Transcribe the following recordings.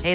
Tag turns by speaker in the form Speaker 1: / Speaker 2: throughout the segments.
Speaker 1: Hey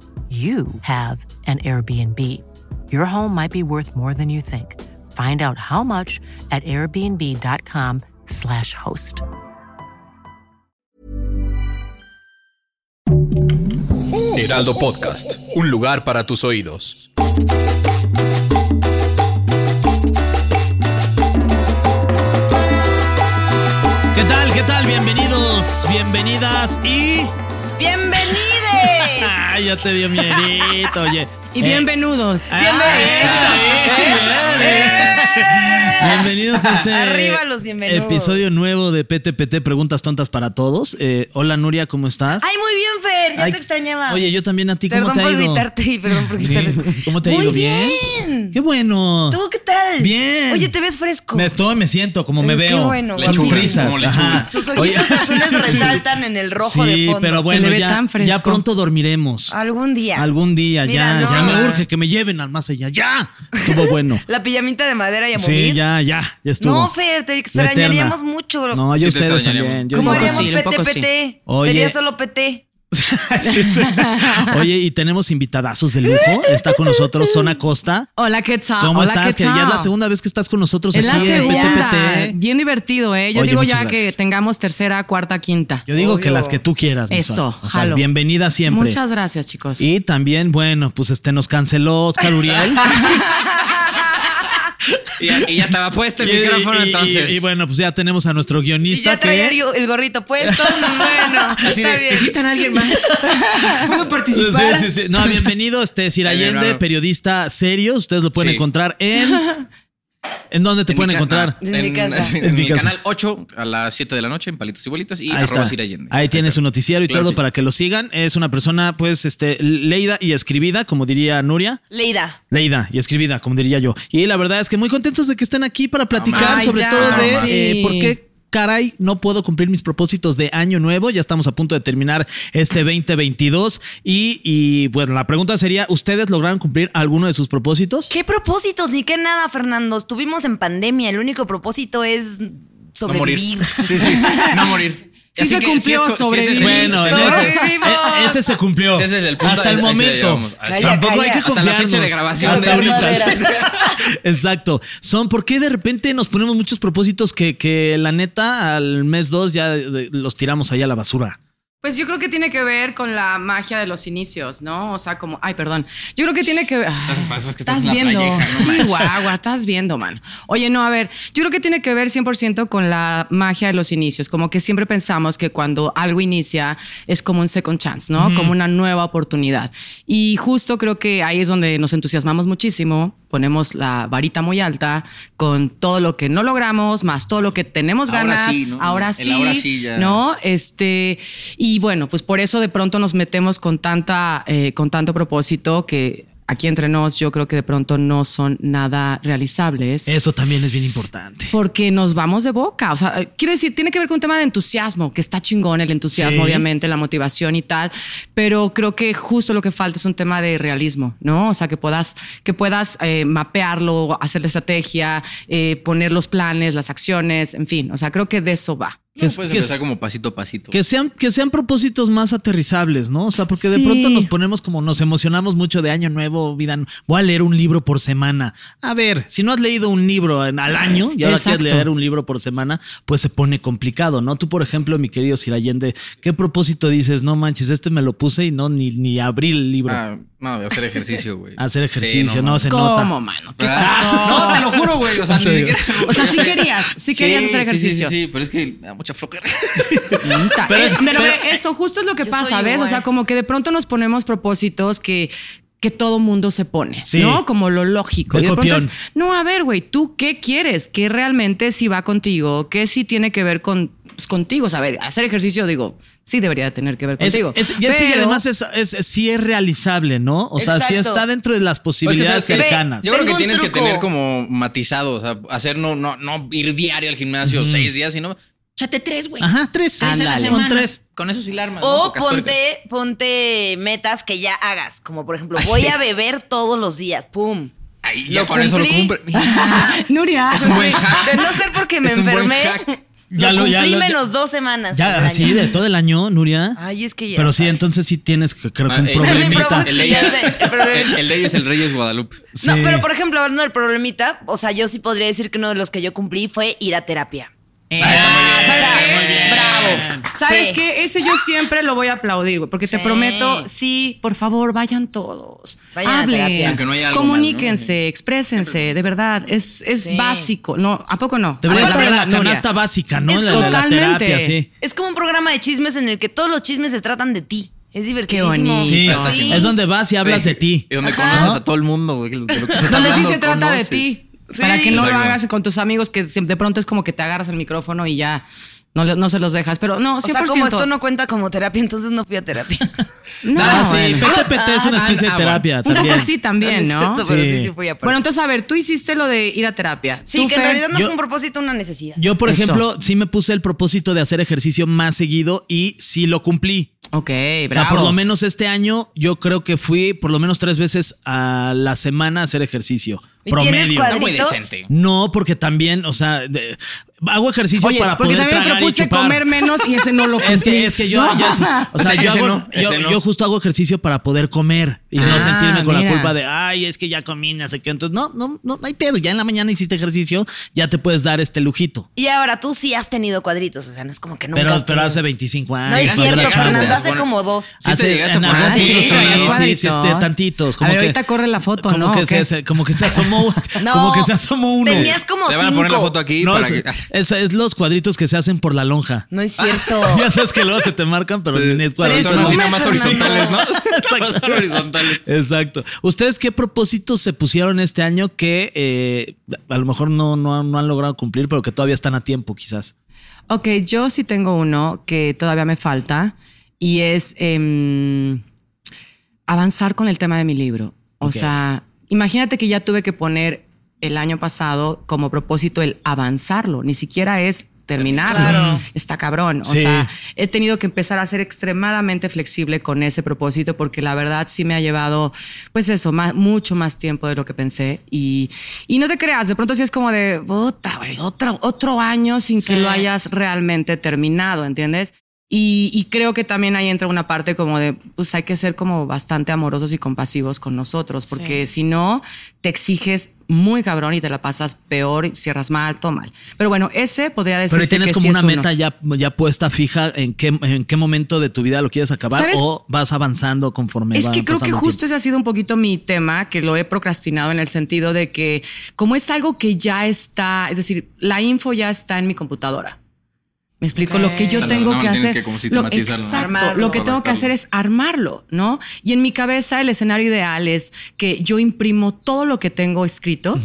Speaker 1: you have an Airbnb. Your home might be worth more than you think. Find out how much at airbnb.com/slash host.
Speaker 2: Heraldo Podcast, un lugar para tus oídos.
Speaker 3: ¿Qué tal? ¿Qué tal? Bienvenidos, bienvenidas y...
Speaker 4: ¡Bienvenides!
Speaker 3: Ah, ya te dio miedito, oye.
Speaker 5: Y
Speaker 3: Eh,
Speaker 5: bienvenidos.
Speaker 3: ah,
Speaker 4: Bienvenidos.
Speaker 3: está bien, bien. Bienvenidos a este
Speaker 4: Arriba los bienvenidos.
Speaker 3: episodio nuevo de PTPT Preguntas Tontas para Todos. Eh, hola Nuria, ¿cómo estás?
Speaker 4: ¡Ay, muy bien, Fer! Ya
Speaker 3: Ay,
Speaker 4: te extrañaba.
Speaker 3: Oye, yo también a ti, ¿cómo
Speaker 4: Perdón
Speaker 3: te ha
Speaker 4: por
Speaker 3: ido?
Speaker 4: gritarte y perdón por
Speaker 3: Sí,
Speaker 4: gritarles.
Speaker 3: ¿Cómo te ha
Speaker 4: Muy
Speaker 3: ido? ¿Bien?
Speaker 4: bien.
Speaker 3: ¡Qué bueno!
Speaker 4: ¿Tú qué tal?
Speaker 3: Bien.
Speaker 4: Oye, te ves fresco.
Speaker 3: Me estoy, me siento, como me
Speaker 4: Ay, qué
Speaker 3: veo.
Speaker 4: bueno.
Speaker 3: Con
Speaker 4: Lechuga,
Speaker 3: prisas,
Speaker 2: como
Speaker 3: ajá.
Speaker 2: lechuga.
Speaker 4: Sus
Speaker 3: Oye,
Speaker 4: ojitos azules resaltan en el rojo
Speaker 3: sí,
Speaker 4: de fondo.
Speaker 3: pero bueno,
Speaker 5: le ve
Speaker 3: ya,
Speaker 5: tan fresco.
Speaker 3: ya pronto dormiremos.
Speaker 4: Algún día.
Speaker 3: Algún día,
Speaker 4: Mira,
Speaker 3: ya,
Speaker 4: no.
Speaker 3: ya me urge que me lleven al más allá. ¡Ya! Estuvo bueno.
Speaker 4: La pijamita de madera y a
Speaker 3: sí,
Speaker 4: morir.
Speaker 3: ya, ya, ya estuvo.
Speaker 4: No, Fer, te
Speaker 3: La
Speaker 4: extrañaríamos
Speaker 3: eterna.
Speaker 4: mucho.
Speaker 3: No, yo
Speaker 2: Sí, te
Speaker 3: ustedes
Speaker 2: extrañaríamos.
Speaker 3: también. yo
Speaker 4: ¿Cómo
Speaker 3: no.
Speaker 4: haríamos
Speaker 5: sí, un poco
Speaker 4: PT,
Speaker 5: sí.
Speaker 4: PT?
Speaker 3: Oye.
Speaker 4: Sería solo PT.
Speaker 3: Sí, sí. Oye, y tenemos invitadazos de lujo. Está con nosotros Zona Costa.
Speaker 5: Hola, ¿qué tal?
Speaker 3: ¿Cómo
Speaker 5: Hola,
Speaker 3: estás? Que
Speaker 5: ¿qué
Speaker 3: ya
Speaker 5: tal?
Speaker 3: es la segunda vez que estás con nosotros
Speaker 5: Es la
Speaker 3: aquí en
Speaker 5: segunda.
Speaker 3: PTPT.
Speaker 5: Bien divertido, ¿eh? Yo
Speaker 3: Oye,
Speaker 5: digo
Speaker 3: muchas
Speaker 5: ya que
Speaker 3: gracias.
Speaker 5: tengamos tercera, cuarta, quinta.
Speaker 3: Yo digo que
Speaker 4: Obvio.
Speaker 3: las que tú quieras. mi
Speaker 5: Eso,
Speaker 3: Sol. O sea,
Speaker 5: jalo.
Speaker 3: bienvenida siempre.
Speaker 5: Muchas gracias, chicos.
Speaker 3: Y también, bueno, pues este nos canceló Oscar Uriel.
Speaker 2: Y, ya estaba puesto
Speaker 3: Y- y- y- Y, bueno, pues ya tenemos a nuestro
Speaker 4: Y
Speaker 3: guionista
Speaker 4: ya traía
Speaker 3: que.
Speaker 4: el, el gorrito puesto. bueno, está bien.
Speaker 2: a alguien más? ¿Puedo
Speaker 3: Sí,
Speaker 2: participar?
Speaker 3: sí, sí. No, bienvenido, este Sir
Speaker 2: Ay,
Speaker 3: Allende,
Speaker 2: bravo.
Speaker 3: periodista serio. Ustedes lo pueden
Speaker 2: Sí.
Speaker 3: encontrar en. ¿En dónde te
Speaker 2: En
Speaker 3: pueden
Speaker 2: mi ca-
Speaker 3: encontrar?
Speaker 2: no,
Speaker 4: En mi casa.
Speaker 2: En,
Speaker 3: En mi
Speaker 2: mi
Speaker 3: casa.
Speaker 2: canal 8 a las 7 de la noche en Palitos y Bolitas y
Speaker 3: Ahí,
Speaker 2: arroba
Speaker 3: está.
Speaker 2: Sir Allende.
Speaker 3: Ahí tiene su noticiero y
Speaker 2: Claro
Speaker 3: todo
Speaker 2: que sí.
Speaker 3: para que lo sigan. Es una persona, pues, este, leída y escribida, como diría Nuria.
Speaker 4: Leida.
Speaker 3: Leída y escribida, como diría yo. Y la verdad es que muy contentos de que estén aquí para platicar
Speaker 5: Ay,
Speaker 3: sobre
Speaker 5: ya,
Speaker 3: todo de
Speaker 2: no más.
Speaker 3: eh,
Speaker 5: sí.
Speaker 3: por qué caray no puedo cumplir mis propósitos de año nuevo. Ya estamos a punto de terminar este 2022. Y, y bueno, la pregunta sería, ¿ustedes lograron cumplir alguno de sus propósitos?
Speaker 4: ¿Qué propósitos? Ni qué nada, Fernando. Estuvimos en pandemia. El único propósito es
Speaker 2: No morir.
Speaker 4: sobrevivir.
Speaker 2: Sí, sí, no morir.
Speaker 5: Sí se
Speaker 2: que
Speaker 5: cumplió,
Speaker 2: co- sí, ese es el-
Speaker 3: Bueno, en
Speaker 2: ese es el-
Speaker 3: ese,
Speaker 4: Sobrevivimos.
Speaker 3: e- ese se cumplió.
Speaker 2: Sí, ese es el punto.
Speaker 3: Hasta
Speaker 2: Ahí- ahí
Speaker 3: el
Speaker 2: se
Speaker 3: momento.
Speaker 2: llegamos. Ahí
Speaker 4: está.
Speaker 3: Tampoco hay que
Speaker 4: Calla,
Speaker 2: calla. Hasta la
Speaker 3: confiarnos.
Speaker 2: fecha de grabación
Speaker 3: Hasta
Speaker 4: de esta
Speaker 3: ahorita. Exacto. Son porque de repente nos ponemos muchos propósitos que, que la neta al mes dos ya de- los tiramos ahí a la basura.
Speaker 5: Pues yo creo que tiene que ver con la magia de los inicios, ¿no? O sea, como, ay, perdón. Yo creo que tiene que ver.
Speaker 2: pasa es que estás
Speaker 5: estás
Speaker 2: en la
Speaker 5: viendo.
Speaker 2: playera, no manches.
Speaker 5: Chihuahua, estás viendo, man. Oye, no, a ver, yo creo que tiene que ver 100% con la magia de los inicios. Como que siempre pensamos que cuando algo inicia es como un second chance, ¿no? Como una nueva oportunidad. Y justo creo que ahí es donde nos entusiasmamos muchísimo. Ponemos la varita muy alta con todo lo que no logramos, más todo lo que tenemos
Speaker 2: Ahora
Speaker 5: ganas.
Speaker 2: sí, ¿no?
Speaker 5: Ahora
Speaker 2: El
Speaker 5: sí,
Speaker 2: ahora sí ya.
Speaker 5: ¿no? Este, y bueno, pues por eso de pronto nos metemos con tanta, eh, con tanto propósito que aquí entre nos yo creo que de pronto no son nada realizables.
Speaker 3: Eso también es bien importante.
Speaker 5: porque nos vamos de boca. O sea, eh, quiero decir, tiene que ver con un tema de entusiasmo, que está chingón el entusiasmo,
Speaker 3: Sí.
Speaker 5: obviamente, la motivación y tal. Pero creo que justo lo que falta es un tema de realismo, ¿no? O sea, que puedas, que puedas eh, mapearlo, hacer la estrategia, eh, poner los planes, las acciones, en fin. O sea, creo que de eso va.
Speaker 3: Que,
Speaker 2: Puedes
Speaker 3: que-
Speaker 2: empezar como pasito a pasito.
Speaker 3: que sean, que sean propósitos más aterrizables, ¿no? O sea, porque de
Speaker 5: Sí.
Speaker 3: pronto nos ponemos como nos emocionamos mucho de año nuevo, vida. nu- Voy a leer un libro por semana. A ver, si no has leído un libro en- al año y ahora
Speaker 5: Exacto.
Speaker 3: quieres leer un libro por semana, pues se pone complicado, ¿no? Tú, por ejemplo, mi querido Sir Allende, ¿qué propósito dices? No manches, este me lo puse y no, ni, ni abrí el libro.
Speaker 2: Ah, no, de hacer ejercicio, güey.
Speaker 3: Hacer
Speaker 2: Sí,
Speaker 3: ejercicio, no,
Speaker 2: mames.
Speaker 3: se nota.
Speaker 5: ¿Cómo, mano? ¿Qué
Speaker 2: Ah,
Speaker 5: pasó?
Speaker 2: No, te lo juro, güey. O sea, ni siquiera.
Speaker 5: O sea, sí querías, sí querías hacer
Speaker 2: sí,
Speaker 5: ejercicio.
Speaker 2: Sí, sí, pero es que me da mucha flojera.
Speaker 5: Puta,
Speaker 3: Pero-
Speaker 5: es- pero
Speaker 3: pero-
Speaker 5: eso justo es lo que
Speaker 4: Yo
Speaker 5: pasa,
Speaker 4: soy
Speaker 5: ¿ves? O
Speaker 4: igual.
Speaker 5: sea, como que de pronto nos ponemos propósitos que que todo mundo se pone,
Speaker 3: Sí.
Speaker 5: ¿no? Como lo lógico.
Speaker 3: Muy
Speaker 5: Y de pronto es,
Speaker 3: copión.
Speaker 5: no, a ver, güey, ¿tú qué quieres? ¿Qué realmente sí va contigo? ¿Qué sí tiene que ver con pues, contigo? O sea, a ver, hacer ejercicio, digo, sí debería tener que ver
Speaker 3: Es,
Speaker 5: contigo.
Speaker 3: es- y es- y
Speaker 5: Pero-
Speaker 3: además es, es- sí es realizable, ¿no? O sea, sí
Speaker 4: Exacto.
Speaker 3: está dentro de las
Speaker 6: Es que,
Speaker 3: posibilidades
Speaker 6: ¿sabes qué?
Speaker 3: cercanas.
Speaker 6: Yo creo que
Speaker 4: Tengo un
Speaker 6: tienes que
Speaker 4: truco.
Speaker 6: tener como matizado, o sea, hacer no, no, no ir diario al gimnasio seis días, sino échate tres, güey.
Speaker 3: Ajá, tres.
Speaker 6: Tres a la
Speaker 3: Ándale.
Speaker 6: semana.
Speaker 3: Con tres.
Speaker 6: Con eso sí la armas. ¿no?
Speaker 4: O
Speaker 6: Pocas tuercas.
Speaker 4: ponte, ponte metas que ya hagas, como por ejemplo, voy a beber todos los días, pum.
Speaker 6: Ahí ya
Speaker 4: ¿Lo
Speaker 6: con eso lo
Speaker 4: cumplí?
Speaker 6: cumple. Mira,
Speaker 5: Nuria.
Speaker 6: Es un buen hack.
Speaker 4: De no ser porque me
Speaker 6: Es un buen
Speaker 4: enfermé,
Speaker 6: hack.
Speaker 3: Ya
Speaker 4: lo
Speaker 3: lo-
Speaker 4: cumplí
Speaker 3: ya lo- ya-
Speaker 4: menos dos semanas. del
Speaker 3: Ya,
Speaker 4: año.
Speaker 3: sí, de todo el año, Nuria.
Speaker 4: Ay, es que ya
Speaker 3: Pero sí,
Speaker 4: sabes.
Speaker 3: entonces sí tienes, que- creo que un
Speaker 6: Ah, el-
Speaker 3: problemita.
Speaker 6: El de ella- el- el de ella es el Reyes Guadalupe.
Speaker 4: No,
Speaker 3: Sí.
Speaker 4: pero por ejemplo, hablando del problemita, o sea, yo sí podría decir que uno de los que yo cumplí fue ir a terapia.
Speaker 5: Ah, ¿Sabes
Speaker 4: Está
Speaker 5: qué?
Speaker 4: muy bien.
Speaker 5: Bravo. ¿Sabes
Speaker 4: Sí.
Speaker 5: qué? Ese yo siempre lo voy a aplaudir, güey, porque
Speaker 4: Sí.
Speaker 5: te prometo, sí, por favor, vayan todos.
Speaker 4: Vayan a terapia.
Speaker 5: Hablen.
Speaker 6: Aunque no haya algo
Speaker 5: comuníquense, exprésense, de verdad. Es, es
Speaker 4: Sí.
Speaker 5: básico. No, ¿a poco no?
Speaker 3: Debería
Speaker 5: A
Speaker 3: estar
Speaker 5: ver,
Speaker 3: en la
Speaker 5: Nuria.
Speaker 3: canasta básica, ¿no?
Speaker 5: Es
Speaker 3: En la, de la
Speaker 5: totalmente.
Speaker 3: terapia, sí.
Speaker 4: Es como un programa de chismes en el que todos los chismes se tratan de ti. Es divertidísimo.
Speaker 5: bonito.
Speaker 3: Sí,
Speaker 6: Sí.
Speaker 3: sí. es donde vas y hablas de ti.
Speaker 6: Y donde
Speaker 4: Ajá.
Speaker 6: conoces a todo el mundo, güey. de lo que se está
Speaker 5: Donde sí
Speaker 6: hablando,
Speaker 5: se trata
Speaker 6: conoces.
Speaker 5: de ti.
Speaker 6: Sí.
Speaker 5: Para que no lo
Speaker 6: Exacto.
Speaker 5: hagas con tus amigos, que se- de pronto es como que te agarras el micrófono y ya no, le- no se los dejas. Pero no, 100%.
Speaker 4: O sea, como esto no cuenta como terapia, entonces no fui a terapia.
Speaker 5: No,
Speaker 3: Ah, sí,
Speaker 5: bueno.
Speaker 3: PTPT es una especie
Speaker 6: ah,
Speaker 3: de terapia
Speaker 5: Un
Speaker 3: también.
Speaker 5: poco sí también,
Speaker 4: es
Speaker 5: ¿no?
Speaker 4: cierto, pero sí,
Speaker 3: Sí.
Speaker 4: sí fui a
Speaker 5: Bueno, entonces, a ver, tú hiciste lo de ir a terapia.
Speaker 4: Sí,
Speaker 5: Tú,
Speaker 4: que en
Speaker 5: Fer,
Speaker 4: realidad no
Speaker 3: yo-
Speaker 4: fue un propósito, una necesidad.
Speaker 3: Yo, por
Speaker 5: Eso.
Speaker 3: ejemplo, sí me puse el propósito de hacer ejercicio más seguido y sí lo cumplí.
Speaker 5: Ok, bravo.
Speaker 3: O sea, por lo menos este año yo creo que fui por lo menos tres veces a la semana a hacer ejercicio.
Speaker 4: ¿Y tienes
Speaker 3: Promedio.
Speaker 6: Está muy
Speaker 4: ¿Cuadritos?
Speaker 6: decente.
Speaker 3: No, porque también, o sea, de- hago ejercicio
Speaker 5: Oye,
Speaker 3: para
Speaker 5: porque
Speaker 3: poder
Speaker 5: también
Speaker 3: tragar
Speaker 5: me propuse
Speaker 3: y chupar.
Speaker 5: comer menos y ese no lo cumplí.
Speaker 3: Es que, es que yo,
Speaker 5: No.
Speaker 3: ya- o sea,
Speaker 6: Ese-
Speaker 3: yo,
Speaker 6: ese
Speaker 3: hago-
Speaker 6: no,
Speaker 3: yo-
Speaker 6: ese no.
Speaker 3: yo justo hago ejercicio para poder comer y
Speaker 5: Ah,
Speaker 3: no sentirme con la
Speaker 5: mira.
Speaker 3: culpa de, ay, es que ya comí, no sé qué. Entonces, no, no, no, no hay pedo. Ya en la mañana hiciste ejercicio, ya te puedes dar este lujito.
Speaker 4: Y ahora tú sí has tenido cuadritos, o sea, no es como que nunca.
Speaker 3: Pero,
Speaker 4: has
Speaker 3: pero
Speaker 4: tenido.
Speaker 3: hace 25 años.
Speaker 4: No es
Speaker 3: cuando era
Speaker 4: cierto,
Speaker 3: chavo.
Speaker 4: Fernando,
Speaker 6: Hace-
Speaker 4: hace como dos.
Speaker 6: Sí te llegaste a
Speaker 3: en
Speaker 6: poner
Speaker 3: agosto,
Speaker 6: así,
Speaker 3: sí, sí,
Speaker 6: traías
Speaker 5: Ah, cuadrito.
Speaker 3: sí, este, tantitos. Como
Speaker 5: A ver,
Speaker 3: que,
Speaker 5: ahorita corre la foto,
Speaker 3: como
Speaker 5: ¿no?
Speaker 3: Que
Speaker 5: ¿O
Speaker 3: se,
Speaker 5: qué?
Speaker 3: se- como que se asomó,
Speaker 4: No.
Speaker 3: como que se asomó uno.
Speaker 4: Tenías como
Speaker 6: Se
Speaker 4: cinco.
Speaker 6: van a poner la foto aquí
Speaker 3: No,
Speaker 6: para
Speaker 3: es,
Speaker 6: que.
Speaker 3: es- es los cuadritos que se hacen por la lonja.
Speaker 4: No es cierto.
Speaker 3: Ya sabes que luego se te marcan, pero ni es
Speaker 6: Pero
Speaker 3: cuadrito.
Speaker 6: son así nada más
Speaker 4: Presume,
Speaker 6: horizontales, ¿no?
Speaker 4: Fernando.
Speaker 6: No son horizontales.
Speaker 3: Exacto. ¿Ustedes qué propósitos se pusieron este año que eh, a lo mejor no, no, no han logrado cumplir, pero que todavía están a tiempo, quizás?
Speaker 5: Pues Ok, yo sí tengo uno que todavía me falta y es em, avanzar con el tema de mi libro. O
Speaker 3: Ok.
Speaker 5: sea, imagínate que ya tuve que poner el año pasado como propósito el avanzarlo, ni siquiera es terminarlo. Está cabrón. O
Speaker 3: Sí.
Speaker 5: sea, he tenido que empezar a ser extremadamente flexible con ese propósito porque la verdad sí me ha llevado, pues eso, más- mucho más tiempo de lo que pensé. Y, y no te creas, de pronto sí es como de, puta, güey, otro, otro año sin que lo hayas realmente terminado, ¿entiendes? Y, y creo que también ahí entra una parte como de, pues hay que ser como bastante amorosos y compasivos con nosotros, porque si no, te exiges muy cabrón y te la pasas peor y cierras mal, todo mal. Pero bueno, ese podría decir
Speaker 3: Pero
Speaker 5: que
Speaker 3: tienes como
Speaker 5: sí
Speaker 3: una
Speaker 5: es uno.
Speaker 3: meta ya, ya puesta fija en qué, en qué momento de tu vida lo quieres acabar
Speaker 5: ¿Sabes?
Speaker 3: o vas avanzando conforme
Speaker 5: Es
Speaker 3: va
Speaker 5: que creo que
Speaker 3: pasando el
Speaker 5: justo ese ha sido un poquito mi tema, que lo he procrastinado en el sentido de que como es algo que ya está, es decir, la info ya está en mi computadora. Me explico, lo que yo
Speaker 6: Claro,
Speaker 5: tengo
Speaker 6: nada más
Speaker 5: que
Speaker 6: tienes
Speaker 5: hacer.
Speaker 6: que como
Speaker 5: lo,
Speaker 6: sistematizarlo, ¿no?
Speaker 5: exacto,
Speaker 6: Armarlo.
Speaker 5: lo que tengo que
Speaker 6: Correcto.
Speaker 5: hacer es armarlo, ¿no? Y en mi cabeza el escenario ideal es que yo imprimo todo lo que tengo escrito.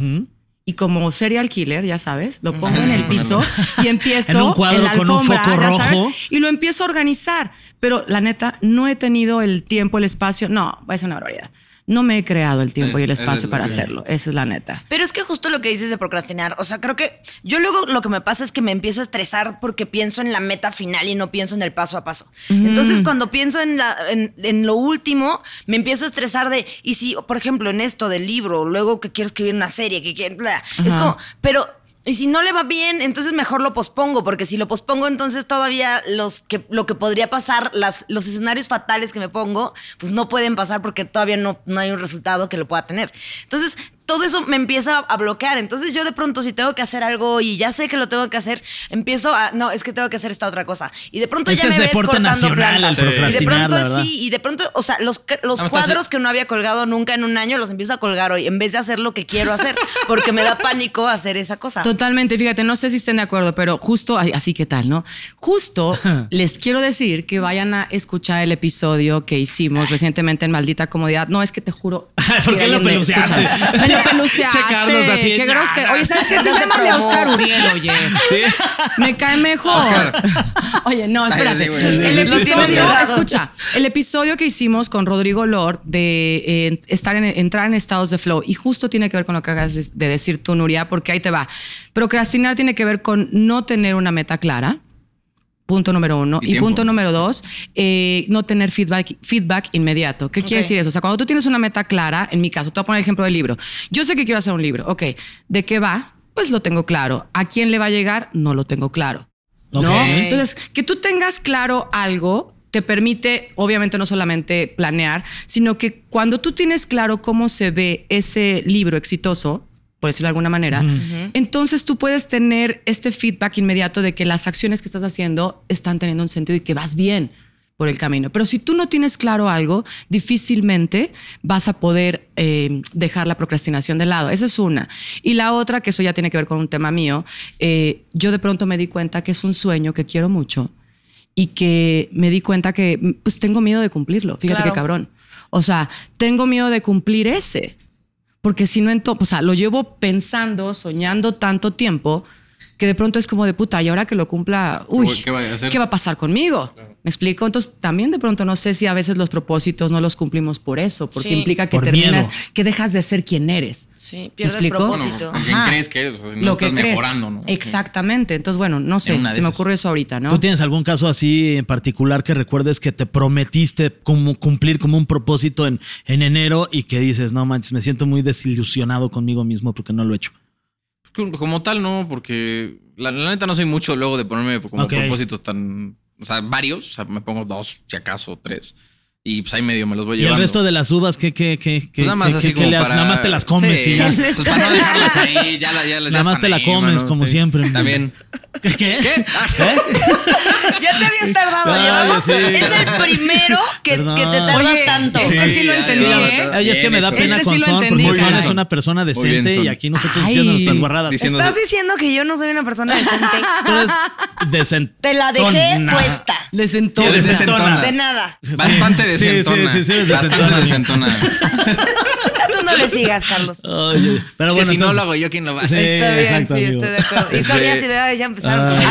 Speaker 5: Y como serial killer, ya sabes, lo pongo en el piso y empiezo
Speaker 3: En un cuadro
Speaker 5: en la
Speaker 3: con un
Speaker 5: alfombra,
Speaker 3: foco
Speaker 5: ya sabes,
Speaker 3: rojo.
Speaker 5: y lo empiezo a organizar. Pero la neta, no he tenido el tiempo, el espacio. No, es una barbaridad. No me he creado el tiempo
Speaker 6: Es-
Speaker 5: y el
Speaker 6: esa es
Speaker 5: espacio
Speaker 6: la
Speaker 5: para
Speaker 6: realidad.
Speaker 5: hacerlo. Esa es la neta.
Speaker 4: Pero es que justo lo que dices de procrastinar, o sea, creo que yo luego lo que me pasa es que me empiezo a estresar porque pienso en la meta final y no pienso en el paso a paso. Entonces, cuando pienso en, la, en, en lo último, me empiezo a estresar de, y si, por ejemplo, en esto del libro, luego que quiero escribir una serie, que quiero, bla, es
Speaker 5: Ajá.
Speaker 4: como, pero... Y si no le va bien, entonces mejor lo pospongo, porque si lo pospongo, entonces todavía los que, lo que podría pasar, las, los escenarios fatales que me pongo, pues no pueden pasar porque todavía no, no hay un resultado que lo pueda tener. Entonces, todo eso me empieza a bloquear. Entonces yo de pronto si tengo que hacer algo y ya sé que lo tengo que hacer, empiezo a, no, es que tengo que hacer esta otra cosa. Y de pronto
Speaker 3: Es
Speaker 4: ya
Speaker 3: que
Speaker 4: me
Speaker 3: Este es
Speaker 4: ves
Speaker 3: deporte
Speaker 4: cortando
Speaker 3: nacional
Speaker 4: plantas.
Speaker 3: el
Speaker 4: Y de
Speaker 3: procrastinar, la
Speaker 4: pronto
Speaker 3: verdad.
Speaker 4: sí, y de pronto, o sea, los, los
Speaker 6: Ah, entonces-
Speaker 4: cuadros que no había colgado nunca en un año los empiezo a colgar hoy, en vez de hacer lo que quiero hacer, porque me da pánico hacer esa cosa.
Speaker 5: Totalmente, fíjate, no sé si estén de acuerdo, pero justo, ay, así que tal, ¿no? Justo les quiero decir que vayan a escuchar el episodio que hicimos recientemente en Maldita Comodidad. No, es que te juro.
Speaker 3: ¿Por
Speaker 5: mira,
Speaker 3: qué lo
Speaker 5: alguien me-
Speaker 3: peluceaste?
Speaker 5: escucha.
Speaker 3: Sí,
Speaker 5: lo peluceaste.
Speaker 3: Checarlos así,
Speaker 5: Qué
Speaker 3: ya,
Speaker 5: grosero.
Speaker 3: ya.
Speaker 5: Oye, ¿sabes qué es el
Speaker 4: Ya se
Speaker 5: tema de
Speaker 4: probó.
Speaker 5: Oscar Uriel, oye?
Speaker 3: Sí.
Speaker 5: Me cae mejor. Oye, no, espérate.
Speaker 6: Ay, sí, güey.
Speaker 5: El
Speaker 4: Lo tienen
Speaker 5: episodio,
Speaker 4: cerrado.
Speaker 5: escucha, el episodio que hicimos con Rodrigo Lord de eh, estar en- entrar en estados de flow y justo tiene que ver con lo que acabas de- de decir tú, Nuria, porque ahí te va. Procrastinar tiene que ver con no tener una meta clara. Punto número uno.
Speaker 6: Y
Speaker 5: Y,
Speaker 6: tiempo.
Speaker 5: punto número dos, eh, no tener feedback, feedback inmediato. ¿Qué quiere decir eso? O sea, cuando tú tienes una meta clara, en mi caso, te voy a poner el ejemplo del libro. Yo sé que quiero hacer un libro. Ok, ¿de qué va? Pues lo tengo claro. ¿A quién le va a llegar? No lo tengo claro. ¿no?
Speaker 3: Ok.
Speaker 5: Entonces, que tú tengas claro algo te permite, obviamente, no solamente planear, sino que cuando tú tienes claro cómo se ve ese libro exitoso, por decirlo de alguna manera, entonces tú puedes tener este feedback inmediato de que las acciones que estás haciendo están teniendo un sentido y que vas bien por el camino. Pero si tú no tienes claro algo, difícilmente vas a poder eh, dejar la procrastinación de lado. Esa es una. Y la otra, que eso ya tiene que ver con un tema mío, eh, yo de pronto me di cuenta que es un sueño que quiero mucho y que me di cuenta que pues tengo miedo de cumplirlo. Fíjate
Speaker 4: Claro.
Speaker 5: qué cabrón. O sea, tengo miedo de cumplir ese. Porque si no, entonces, o sea, lo llevo pensando, soñando tanto tiempo, que de pronto es como de puta, y ahora que lo cumpla, uy,
Speaker 6: ¿Qué voy a hacer?
Speaker 5: ¿qué va a pasar conmigo? ¿Me explico? Entonces, también de pronto no sé si a veces los propósitos no los cumplimos por eso, porque
Speaker 4: Sí.
Speaker 5: implica que
Speaker 3: Por
Speaker 5: terminas,
Speaker 3: miedo.
Speaker 5: que dejas de ser quien eres.
Speaker 4: Sí,
Speaker 5: ¿Me
Speaker 4: pierdes
Speaker 5: explico?
Speaker 4: propósito.
Speaker 6: Bueno, ¿quién crees que eres? O sea, no estás mejorando, ¿no?
Speaker 5: Exactamente. Entonces, bueno, no sé,
Speaker 6: En una de
Speaker 5: se me
Speaker 6: esas.
Speaker 5: ocurre eso ahorita, ¿no?
Speaker 3: ¿Tú tienes algún caso así en particular que recuerdes que te prometiste como cumplir como un propósito en, en enero y que dices, no manches, me siento muy desilusionado conmigo mismo porque no lo he hecho?
Speaker 6: Como tal, no, porque la, la neta no soy mucho luego de ponerme como
Speaker 3: Ok.
Speaker 6: propósitos tan. O sea, varios. O sea, me pongo dos, si acaso, tres. Y pues ahí medio me los
Speaker 3: Y
Speaker 6: voy
Speaker 3: el
Speaker 6: llevando.
Speaker 3: resto de las uvas, ¿qué, qué, qué, qué,
Speaker 6: Pues nada más
Speaker 3: qué-
Speaker 6: así
Speaker 3: qué
Speaker 6: como
Speaker 3: le has-
Speaker 6: para-
Speaker 3: nada más te las comes
Speaker 6: Sí,
Speaker 3: y ya.
Speaker 6: Pues para no dejarlas ahí, ya, la- ya las- ya
Speaker 3: Nada más
Speaker 6: están
Speaker 3: te la
Speaker 6: ahí,
Speaker 3: comes,
Speaker 6: mano,
Speaker 3: como
Speaker 6: sí.
Speaker 3: siempre.
Speaker 6: También.
Speaker 3: ¿Qué? ¿Eh? ¿Qué?
Speaker 4: Ya te habías tardado.
Speaker 3: Ay,
Speaker 4: llevamos-
Speaker 3: sí.
Speaker 4: Es el primero que, que
Speaker 3: Perdón.
Speaker 4: te tardas
Speaker 5: Oye,
Speaker 4: tanto.
Speaker 5: este sí lo
Speaker 6: ya,
Speaker 5: entendí,
Speaker 6: ya,
Speaker 5: ¿eh?
Speaker 3: Ay, es que
Speaker 6: Bien
Speaker 3: me da
Speaker 6: hecho.
Speaker 3: pena
Speaker 5: Este sí
Speaker 3: con
Speaker 5: lo
Speaker 3: Son,
Speaker 5: entendí,
Speaker 3: porque Son
Speaker 6: Son.
Speaker 3: es una persona
Speaker 6: bien,
Speaker 3: decente
Speaker 6: Son.
Speaker 3: y aquí nosotros
Speaker 5: Ay.
Speaker 3: diciendo nuestras guarradas.
Speaker 6: Diciendo-
Speaker 4: Estás diciendo que yo no soy una persona decente.
Speaker 3: Tú eres decente.
Speaker 4: Te la dejé pues,
Speaker 3: Nah.
Speaker 4: puesta.
Speaker 5: Les
Speaker 3: Sí,
Speaker 5: entonces.
Speaker 3: eres
Speaker 6: Eres
Speaker 3: decentona.
Speaker 6: decentona.
Speaker 4: De nada.
Speaker 6: Bastante
Speaker 3: Sí, sí,
Speaker 6: desentona.
Speaker 3: sí, sí, eres
Speaker 6: Bastante
Speaker 3: desentona.
Speaker 6: desentona.
Speaker 4: Ya tú no le sigas, Carlos.
Speaker 3: Ay, ay. pero bueno,
Speaker 6: Que si no
Speaker 3: entonces-
Speaker 6: lo hago yo, ¿quién lo va a hacer?
Speaker 3: Sí,
Speaker 4: Está bien,
Speaker 3: exacto,
Speaker 4: sí,
Speaker 3: amigo.
Speaker 4: estoy de acuerdo. Y
Speaker 6: Este-
Speaker 4: Sonia así de, ay, ya empezaron.
Speaker 3: Ay,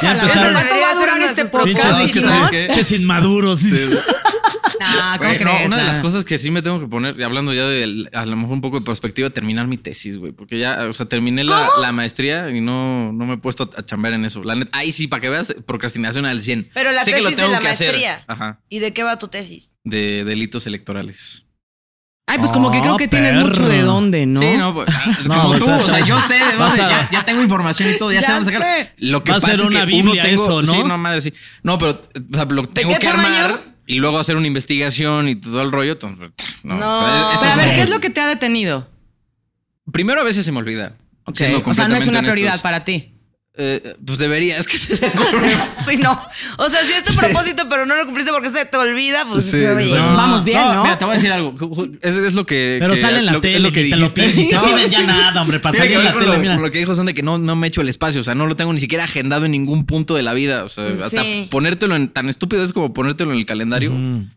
Speaker 3: ya empezaron.
Speaker 5: ¿Cuánto va a durar este podcast?
Speaker 6: No, es que ¿sabes qué?
Speaker 3: Pinches inmaduros.
Speaker 5: Nah, ¿cómo
Speaker 6: Güey, no,
Speaker 5: crees?
Speaker 6: una
Speaker 4: Ah.
Speaker 6: de las
Speaker 5: Nah.
Speaker 6: cosas que sí me tengo que poner, y hablando ya de a lo mejor un poco de perspectiva, terminar mi tesis, güey. Porque ya, o sea, terminé la, la maestría y no, no me he puesto a chambear en eso. La neta, ahí sí, para que veas, procrastinación al 100.
Speaker 4: Pero la
Speaker 6: sé que
Speaker 4: tesis
Speaker 6: lo tengo
Speaker 4: de la
Speaker 6: que
Speaker 4: maestría.
Speaker 6: hacer. Ajá.
Speaker 4: ¿Y de qué va tu tesis?
Speaker 6: De delitos electorales.
Speaker 5: Ay, pues como que creo
Speaker 3: Oh,
Speaker 5: que tienes mucho de
Speaker 3: perro.
Speaker 5: dónde, ¿no?
Speaker 6: Sí, no, pues, ah,
Speaker 3: No,
Speaker 6: como
Speaker 3: vas
Speaker 6: tú,
Speaker 3: a-
Speaker 6: o sea, yo sé de
Speaker 3: vas
Speaker 6: dónde,
Speaker 3: a-
Speaker 6: ya, ya tengo información y todo, ya,
Speaker 5: Ya
Speaker 6: sé dónde sacar.
Speaker 5: sé.
Speaker 6: Lo que
Speaker 3: Va a
Speaker 6: pasa
Speaker 3: ser
Speaker 6: es
Speaker 3: una
Speaker 6: que
Speaker 3: Biblia
Speaker 6: uno tengo,
Speaker 3: eso, ¿no?
Speaker 6: sí, no madre, sí. No, pero o sea, lo tengo
Speaker 4: qué
Speaker 6: que
Speaker 4: tamaño?
Speaker 6: armar y luego hacer una investigación y todo el rollo. entonces, pues, no,
Speaker 4: No.
Speaker 6: o sea, eso
Speaker 5: Pero a
Speaker 6: es
Speaker 5: ver,
Speaker 6: como-
Speaker 5: ¿qué es lo que te ha detenido?
Speaker 6: Primero a veces se me olvida.
Speaker 5: Ok.
Speaker 6: siendo
Speaker 5: O sea, no es
Speaker 6: completamente
Speaker 5: una prioridad
Speaker 6: honestos.
Speaker 5: para ti.
Speaker 6: Eh, pues debería, es que se me ocurre.
Speaker 4: Sí, no. O sea, si es tu propósito, pero no lo cumpliste porque se te olvida, pues oye.
Speaker 3: No.
Speaker 5: Vamos bien, ¿no?
Speaker 6: Mira, te voy a decir algo. Es, es lo que.
Speaker 3: Pero
Speaker 6: que-
Speaker 3: sale en la
Speaker 6: lo- es
Speaker 3: tele
Speaker 6: lo que
Speaker 3: y te lo
Speaker 6: dijiste.
Speaker 3: piden, y te
Speaker 6: No.
Speaker 3: piden ya nada, hombre, para
Speaker 6: Tiene
Speaker 3: salir
Speaker 6: que
Speaker 3: en
Speaker 6: ver
Speaker 3: la
Speaker 6: con
Speaker 3: tele.
Speaker 6: lo,
Speaker 3: mira.
Speaker 6: con lo que dijo Son de que no, no me echo el espacio, o sea, no lo tengo ni siquiera agendado en ningún punto de la vida. O sea, hasta
Speaker 4: Sí.
Speaker 6: ponértelo en tan estúpido es como ponértelo en el calendario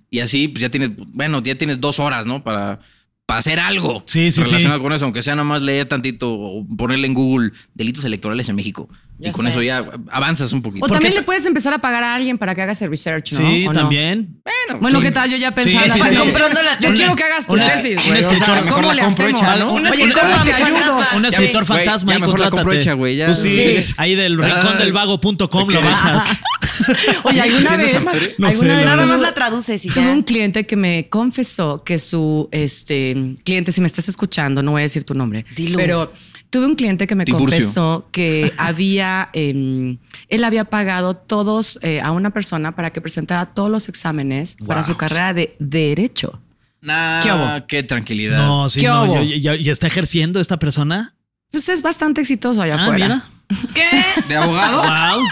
Speaker 6: y así pues ya tienes, bueno, ya tienes dos horas, ¿no? Para, para hacer algo
Speaker 3: Sí, sí,
Speaker 6: relacionado
Speaker 3: sí.
Speaker 6: con eso, aunque sea nada más leer tantito o ponerle en Google delitos electorales en México. y con eso ya avanzas un poquito.
Speaker 5: O
Speaker 3: Pues
Speaker 5: también le puedes empezar a pagar a alguien para que hagas el research, ¿no?
Speaker 3: Sí,
Speaker 5: ¿O no?
Speaker 3: también.
Speaker 5: Bueno,
Speaker 6: Sí.
Speaker 5: ¿qué tal? Yo ya
Speaker 3: Sí,
Speaker 5: pensaba.
Speaker 3: sí,
Speaker 5: la-
Speaker 3: sí,
Speaker 5: Yo
Speaker 3: sí.
Speaker 5: comprando la- Yo
Speaker 3: Una-
Speaker 5: quiero que hagas tu
Speaker 3: una-
Speaker 5: tesis,
Speaker 3: un
Speaker 5: güey. O sea,
Speaker 3: escritor,
Speaker 5: ¿cómo
Speaker 6: mejor la
Speaker 5: le
Speaker 6: compro
Speaker 5: hacemos?
Speaker 6: hecha,
Speaker 3: Ah,
Speaker 6: ¿no?
Speaker 5: Una-
Speaker 4: Oye,
Speaker 5: una-
Speaker 4: ¿cómo
Speaker 5: ¿cómo te
Speaker 4: la compro
Speaker 5: ayudo?
Speaker 4: hecha?
Speaker 3: Un
Speaker 4: Ya,
Speaker 3: escritor
Speaker 6: güey,
Speaker 3: fantasma
Speaker 6: ya
Speaker 3: y
Speaker 6: mejor la
Speaker 3: contrátate.
Speaker 6: compro hecha, güey, ya.
Speaker 3: Pues sí,
Speaker 6: Sí.
Speaker 3: ahí del rincondelvago.com lo bajas.
Speaker 5: Oye, alguna
Speaker 6: ¿Existe
Speaker 5: vez.
Speaker 6: esa madre?
Speaker 3: No
Speaker 5: alguna
Speaker 3: sé, la
Speaker 5: vez
Speaker 3: verdad.
Speaker 4: Nada
Speaker 5: tuve-
Speaker 4: más la traduces y
Speaker 5: Tuve
Speaker 4: ya.
Speaker 5: un cliente que me confesó que su este cliente, si me estás escuchando, no voy a decir tu nombre,
Speaker 4: Dilo.
Speaker 5: pero tuve un cliente que me
Speaker 6: Tiburcio.
Speaker 5: confesó que había, em, él había pagado todos eh, a una persona para que presentara todos los exámenes para su carrera de derecho.
Speaker 6: Nah,
Speaker 5: ¿Qué hubo?
Speaker 6: qué tranquilidad.
Speaker 3: No, sí,
Speaker 5: ¿Qué
Speaker 3: no.
Speaker 5: hubo?
Speaker 3: yo- yo- ¿Y está ejerciendo esta persona?
Speaker 5: Pues es bastante exitoso allá
Speaker 3: Ah,
Speaker 5: afuera.
Speaker 3: mira.
Speaker 4: ¿Qué?
Speaker 6: ¿De abogado?
Speaker 3: Wow.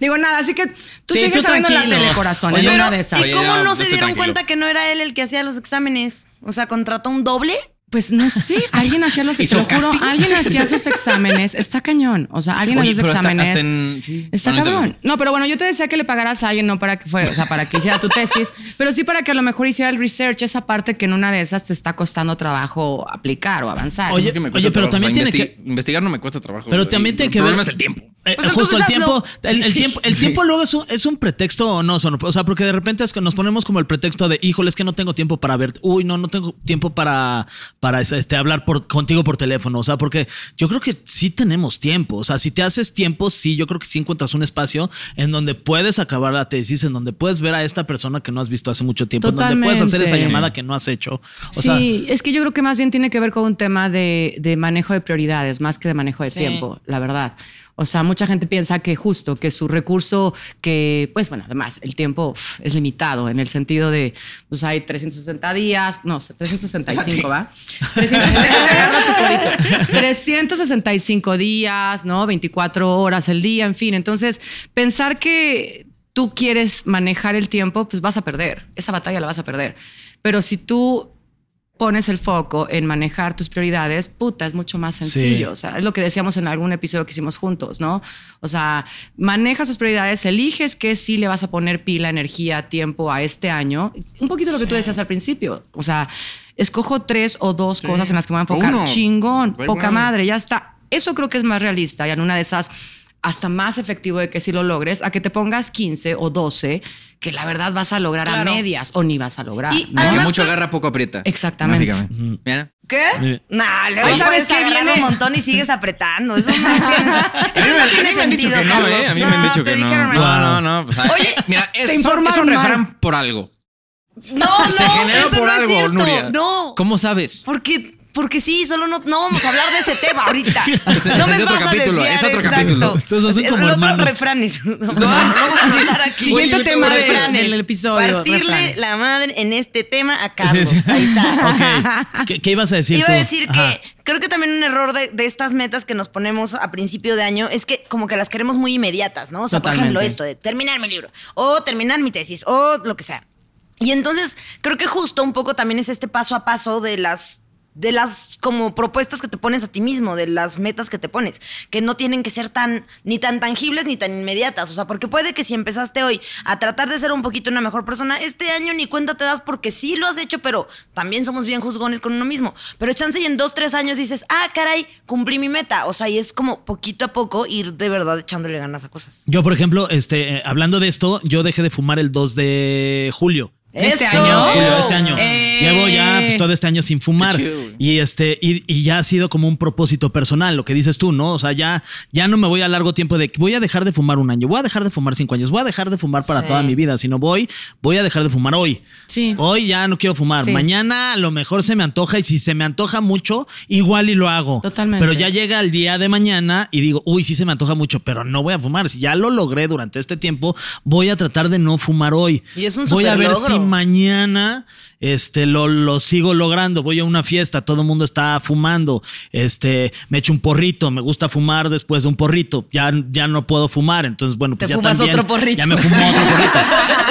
Speaker 5: Digo nada, así que tú
Speaker 3: Sí,
Speaker 5: sigues
Speaker 3: tú
Speaker 5: sabiendo
Speaker 3: tranquilo.
Speaker 5: la telecorazón
Speaker 3: Oye,
Speaker 5: en
Speaker 4: Pero,
Speaker 5: una Ah, de esas.
Speaker 4: ¿y
Speaker 6: Oye,
Speaker 4: cómo
Speaker 6: ya,
Speaker 4: no
Speaker 6: yo
Speaker 4: se
Speaker 6: estoy
Speaker 4: dieron
Speaker 6: tranquilo.
Speaker 4: cuenta que no era él el que hacía los exámenes? O sea, ¿contrató un doble?
Speaker 5: Pues no sé, alguien hacía los, te
Speaker 6: ¿Hizo
Speaker 5: lo juro,
Speaker 6: casting?
Speaker 5: alguien hacía sus exámenes, está cañón, o sea, alguien
Speaker 6: Oye,
Speaker 5: hacía sus
Speaker 6: pero hasta-
Speaker 5: exámenes.
Speaker 6: hasta en- sí,
Speaker 5: está
Speaker 6: bueno,
Speaker 5: cabrón.
Speaker 6: interesante.
Speaker 5: No, pero bueno, yo te decía que le pagaras a alguien no para que fuera, o sea, para que hiciera tu tesis, pero sí para que a lo mejor hiciera el research, esa parte que en una de esas te está costando trabajo aplicar o avanzar.
Speaker 3: Oye,
Speaker 6: Es que me cuesta
Speaker 3: oye, pero
Speaker 6: trabajo, o sea,
Speaker 3: también tiene
Speaker 6: investi- Investigar no me cuesta trabajo.
Speaker 3: Pero
Speaker 6: güey.
Speaker 3: también tiene
Speaker 6: El
Speaker 3: que ver.
Speaker 6: problema es el tiempo.
Speaker 3: Eh,
Speaker 4: Pues
Speaker 3: justo el
Speaker 4: entonces
Speaker 3: tiempo,
Speaker 4: hazlo.
Speaker 3: el, el
Speaker 4: Sí.
Speaker 3: tiempo, el tiempo luego es un, es un pretexto o no, Sono? o sea, porque de repente es que nos ponemos como el pretexto de, híjole, es que no tengo tiempo para verte, uy, no, no tengo tiempo para, para este, hablar por, contigo por teléfono, o sea, porque yo creo que sí tenemos tiempo, o sea, si te haces tiempo, sí, yo creo que sí encuentras un espacio en donde puedes acabar la tesis, en donde puedes ver a esta persona que no has visto hace mucho tiempo, en donde puedes hacer esa
Speaker 5: Totalmente.
Speaker 3: llamada que no has hecho, o sea,
Speaker 5: sí, es que yo creo que más bien tiene que ver con un tema de, de manejo de prioridades, más que de manejo de
Speaker 4: Sí.
Speaker 5: tiempo, la verdad. O sea, mucha gente piensa que justo, que su recurso, que, pues bueno, además, el tiempo uf, es limitado en el sentido de, pues hay 360 días, no, 365, ¿va? 365, 365 días, ¿no? 24 horas el día, en fin. Entonces, pensar que tú quieres manejar el tiempo, pues vas a perder. Esa batalla la vas a perder. Pero si tú pones el foco en manejar tus prioridades, puta, es mucho más sencillo. O sea, es lo que decíamos en algún episodio que hicimos juntos, ¿no? O sea, manejas tus prioridades, eliges que sí le vas a poner pila, energía, tiempo a este año. Un poquito lo que tú decías al principio. O sea, escojo tres o dos cosas en las que me voy a enfocar.
Speaker 6: Uno.
Speaker 5: Chingón,
Speaker 6: Da
Speaker 5: poca
Speaker 6: igual.
Speaker 5: madre, ya está. Eso creo que es más realista y en una de esas hasta más efectivo de que si lo logres, a que te pongas 15 o 12, que la verdad vas a lograr
Speaker 4: Claro.
Speaker 5: a medias o ni vas a lograr.
Speaker 4: Y
Speaker 5: ¿no?
Speaker 6: El que
Speaker 4: Además
Speaker 6: mucho
Speaker 4: que-
Speaker 6: agarra, poco aprieta.
Speaker 5: Exactamente.
Speaker 6: Básicamente. Mira.
Speaker 4: ¿Qué? Nah, luego sabes
Speaker 5: Ahí sabes
Speaker 4: que
Speaker 5: que
Speaker 4: agarrar
Speaker 5: viene.
Speaker 4: un montón y sigues apretando. Eso no tiene, eso
Speaker 6: A
Speaker 4: no
Speaker 6: mí
Speaker 4: tiene
Speaker 6: me han dicho
Speaker 4: sentido,
Speaker 6: que no, ¿eh?
Speaker 4: Carlos.
Speaker 6: A mí me han
Speaker 4: No,
Speaker 6: dicho
Speaker 4: te
Speaker 6: que no.
Speaker 4: dijeron,
Speaker 6: No, no, no. pues,
Speaker 4: Oye,
Speaker 6: mira, es,
Speaker 5: te
Speaker 6: es un- es un
Speaker 5: informaron mal.
Speaker 6: refrán por algo.
Speaker 4: No, no,
Speaker 6: Se generó
Speaker 4: eso no
Speaker 6: por
Speaker 4: es
Speaker 6: algo,
Speaker 4: cierto.
Speaker 6: Nuria.
Speaker 4: No.
Speaker 6: ¿Cómo sabes?
Speaker 4: Porque, porque sí, solo no, no vamos a hablar de ese tema ahorita.
Speaker 6: Ese-
Speaker 4: no
Speaker 6: ese
Speaker 4: me
Speaker 6: es otro
Speaker 4: vas a
Speaker 6: capítulo,
Speaker 4: desviar,
Speaker 6: es otro
Speaker 4: exacto.
Speaker 6: capítulo.
Speaker 3: Entonces, así
Speaker 4: Así,
Speaker 3: como
Speaker 4: el otro
Speaker 3: hermano.
Speaker 4: refranes. No, no, vamos a hablar aquí.
Speaker 5: Siguiente
Speaker 4: Oye, yo
Speaker 5: tema
Speaker 4: tengo
Speaker 5: del-
Speaker 4: refranes.
Speaker 5: del episodio,
Speaker 4: Partirle
Speaker 5: refranes.
Speaker 4: la madre en este tema a Carlos. Ahí está.
Speaker 3: ok. ¿Qué, qué ibas a decir
Speaker 4: Iba
Speaker 3: tú?
Speaker 4: a decir
Speaker 3: Ajá.
Speaker 4: que creo que también un error de, de estas metas que nos ponemos a principio de año es que como que las queremos muy inmediatas, ¿no? O sea, por ejemplo,
Speaker 5: Totalmente.
Speaker 4: esto de terminar mi libro o terminar mi tesis o lo que sea. Y entonces creo que justo un poco también es este paso a paso de las de las como propuestas que te pones a ti mismo, de las metas que te pones, que no tienen que ser tan ni tan tangibles ni tan inmediatas, o sea, porque puede que si empezaste hoy a tratar de ser un poquito una mejor persona, este año ni cuenta te das porque sí lo has hecho, pero también somos bien juzgones con uno mismo. Pero chance y en dos, tres años dices, ah, caray, cumplí mi meta. O sea, y es como poquito a poco ir de verdad echándole ganas a cosas.
Speaker 3: Yo, por ejemplo, este, eh, hablando de esto, yo dejé de fumar el 2 de julio.
Speaker 5: Este
Speaker 4: ¡Eso!
Speaker 5: año.
Speaker 3: De julio de este año.
Speaker 5: ¡Eh!
Speaker 3: Llevo ya pues, todo este año sin fumar.
Speaker 6: Qué chido, güey.
Speaker 3: y este, y, y ya ha sido como un propósito personal, lo que dices tú, ¿no? O sea, ya, ya no me voy a largo tiempo de que voy a dejar de fumar un año, voy a dejar de fumar cinco años, voy a dejar de fumar para
Speaker 4: Sí.
Speaker 3: toda mi vida, sino voy, voy a dejar de fumar hoy.
Speaker 5: Sí.
Speaker 3: Hoy ya no quiero fumar.
Speaker 5: Sí.
Speaker 3: Mañana a lo mejor se me antoja y si se me antoja mucho, igual y lo hago.
Speaker 5: Totalmente.
Speaker 3: Pero ya llega el día de mañana y digo, uy, sí se me antoja mucho, pero no voy a fumar. Si ya lo logré durante este tiempo, voy a tratar de no fumar hoy.
Speaker 4: Y es un
Speaker 3: Voy a ver
Speaker 4: superlogro.
Speaker 3: si mañana este, lo, lo sigo logrando. Voy a una fiesta, todo el mundo está fumando. Este, me echo un porrito, me gusta fumar después de un porrito. Ya, ya no puedo fumar. Entonces, bueno,
Speaker 4: Te
Speaker 3: pues ya
Speaker 4: fumas
Speaker 3: también-
Speaker 4: otro porrito.
Speaker 3: Ya me fumo otro porrito.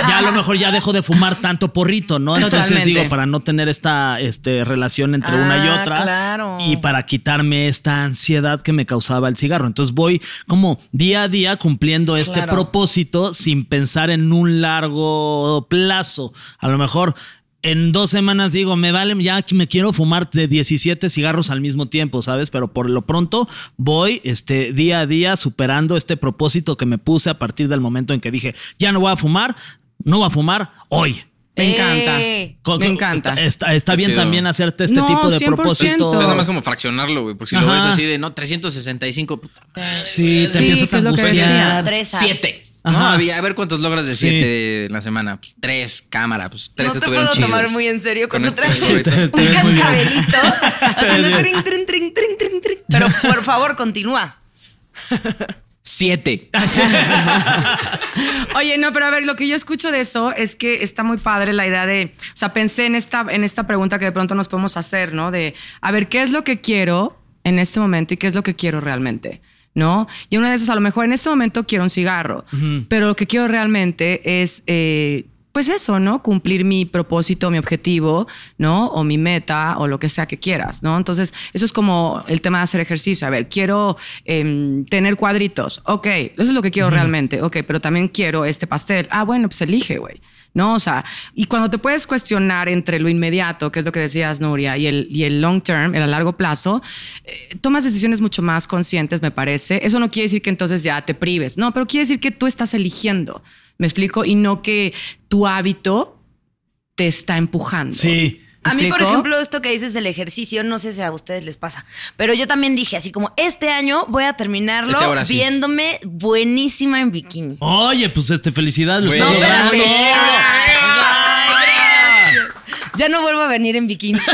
Speaker 3: Ya a lo mejor ya dejo de fumar tanto porrito, ¿no? Entonces
Speaker 5: Totalmente.
Speaker 3: digo, para no tener esta este, relación entre una y
Speaker 4: Ah,
Speaker 3: otra.
Speaker 4: claro.
Speaker 3: Y para quitarme esta ansiedad que me causaba el cigarro. Entonces voy como día a día cumpliendo este
Speaker 4: Claro.
Speaker 3: propósito sin pensar en un largo plazo. A lo mejor en dos semanas digo, me vale, ya que me quiero fumar de 17 cigarros al mismo tiempo, ¿sabes? Pero por lo pronto voy este, día a día superando este propósito que me puse a partir del momento en que dije, ya no voy a fumar, no voy a fumar hoy.
Speaker 5: Me
Speaker 4: Eh.
Speaker 5: encanta.
Speaker 3: Co-
Speaker 5: Me
Speaker 3: co-
Speaker 5: encanta.
Speaker 3: Está, está- está
Speaker 6: Qué
Speaker 3: bien
Speaker 6: chido.
Speaker 3: también hacerte este
Speaker 5: No,
Speaker 3: tipo de
Speaker 5: 100%.
Speaker 3: propósito.
Speaker 6: Entonces, nada más como fraccionarlo, güey. Porque si lo
Speaker 3: Ajá.
Speaker 6: ves así de no, 365, puta.
Speaker 3: Sí, te
Speaker 5: Sí,
Speaker 3: empiezas
Speaker 5: sí
Speaker 3: a
Speaker 5: es lo que
Speaker 3: angustiar.
Speaker 4: decía. Tres a-
Speaker 6: Siete. No,
Speaker 3: Ajá.
Speaker 6: había, a ver cuántos logras de
Speaker 3: Sí.
Speaker 6: siete en la semana. Pues, tres, cámara, pues tres
Speaker 4: no te
Speaker 6: estuvieron
Speaker 4: puedo
Speaker 6: chidos.
Speaker 4: tomar muy en serio
Speaker 6: Con
Speaker 4: cuando
Speaker 6: este
Speaker 4: traes
Speaker 6: gorrito.
Speaker 3: Sí, te- te
Speaker 4: un
Speaker 3: ves muy bien.
Speaker 4: cascabelito haciendo trin, trin, trin, trin, trin, trin. Pero por favor, continúa.
Speaker 6: Siete.
Speaker 5: Oye, no, pero a ver, lo que yo escucho de eso es que está muy padre la idea de, o sea, pensé en esta, en esta pregunta que de pronto nos podemos hacer, ¿no? De, a ver, ¿qué es lo que quiero en este momento y qué es lo que quiero realmente? ¿No? Y una de esas, a lo mejor en este momento quiero un cigarro, pero lo que quiero realmente es eh, pues eso, ¿no? Cumplir mi propósito, mi objetivo, ¿no? O mi meta o lo que sea que quieras, ¿no? Entonces, eso es como el tema de hacer ejercicio. A ver, quiero em, tener cuadritos. Ok, eso es lo que quiero realmente. Ok, pero también quiero este pastel. Ah, bueno, pues elige, güey. ¿No? O sea, y cuando te puedes cuestionar entre lo inmediato, que es lo que decías, Nuria, y el, y el long term, el a largo plazo, eh, tomas decisiones mucho más conscientes, me parece. Eso no quiere decir que entonces ya te prives, no, pero quiere decir que tú estás eligiendo, ¿me explico? Y no que tu hábito te está empujando.
Speaker 3: Sí.
Speaker 5: ¿Me
Speaker 4: A mí, por
Speaker 5: explico?
Speaker 4: ejemplo, esto que dices del ejercicio, no sé si a ustedes les pasa, pero yo también dije así como, este año voy a terminarlo
Speaker 6: Este ahora sí.
Speaker 4: viéndome buenísima en bikini.
Speaker 3: Oye, pues este, felicidades. lo
Speaker 6: Güey.
Speaker 3: estás
Speaker 6: No,
Speaker 3: logrando.
Speaker 4: espérate. Ya no vuelvo a venir en bikini.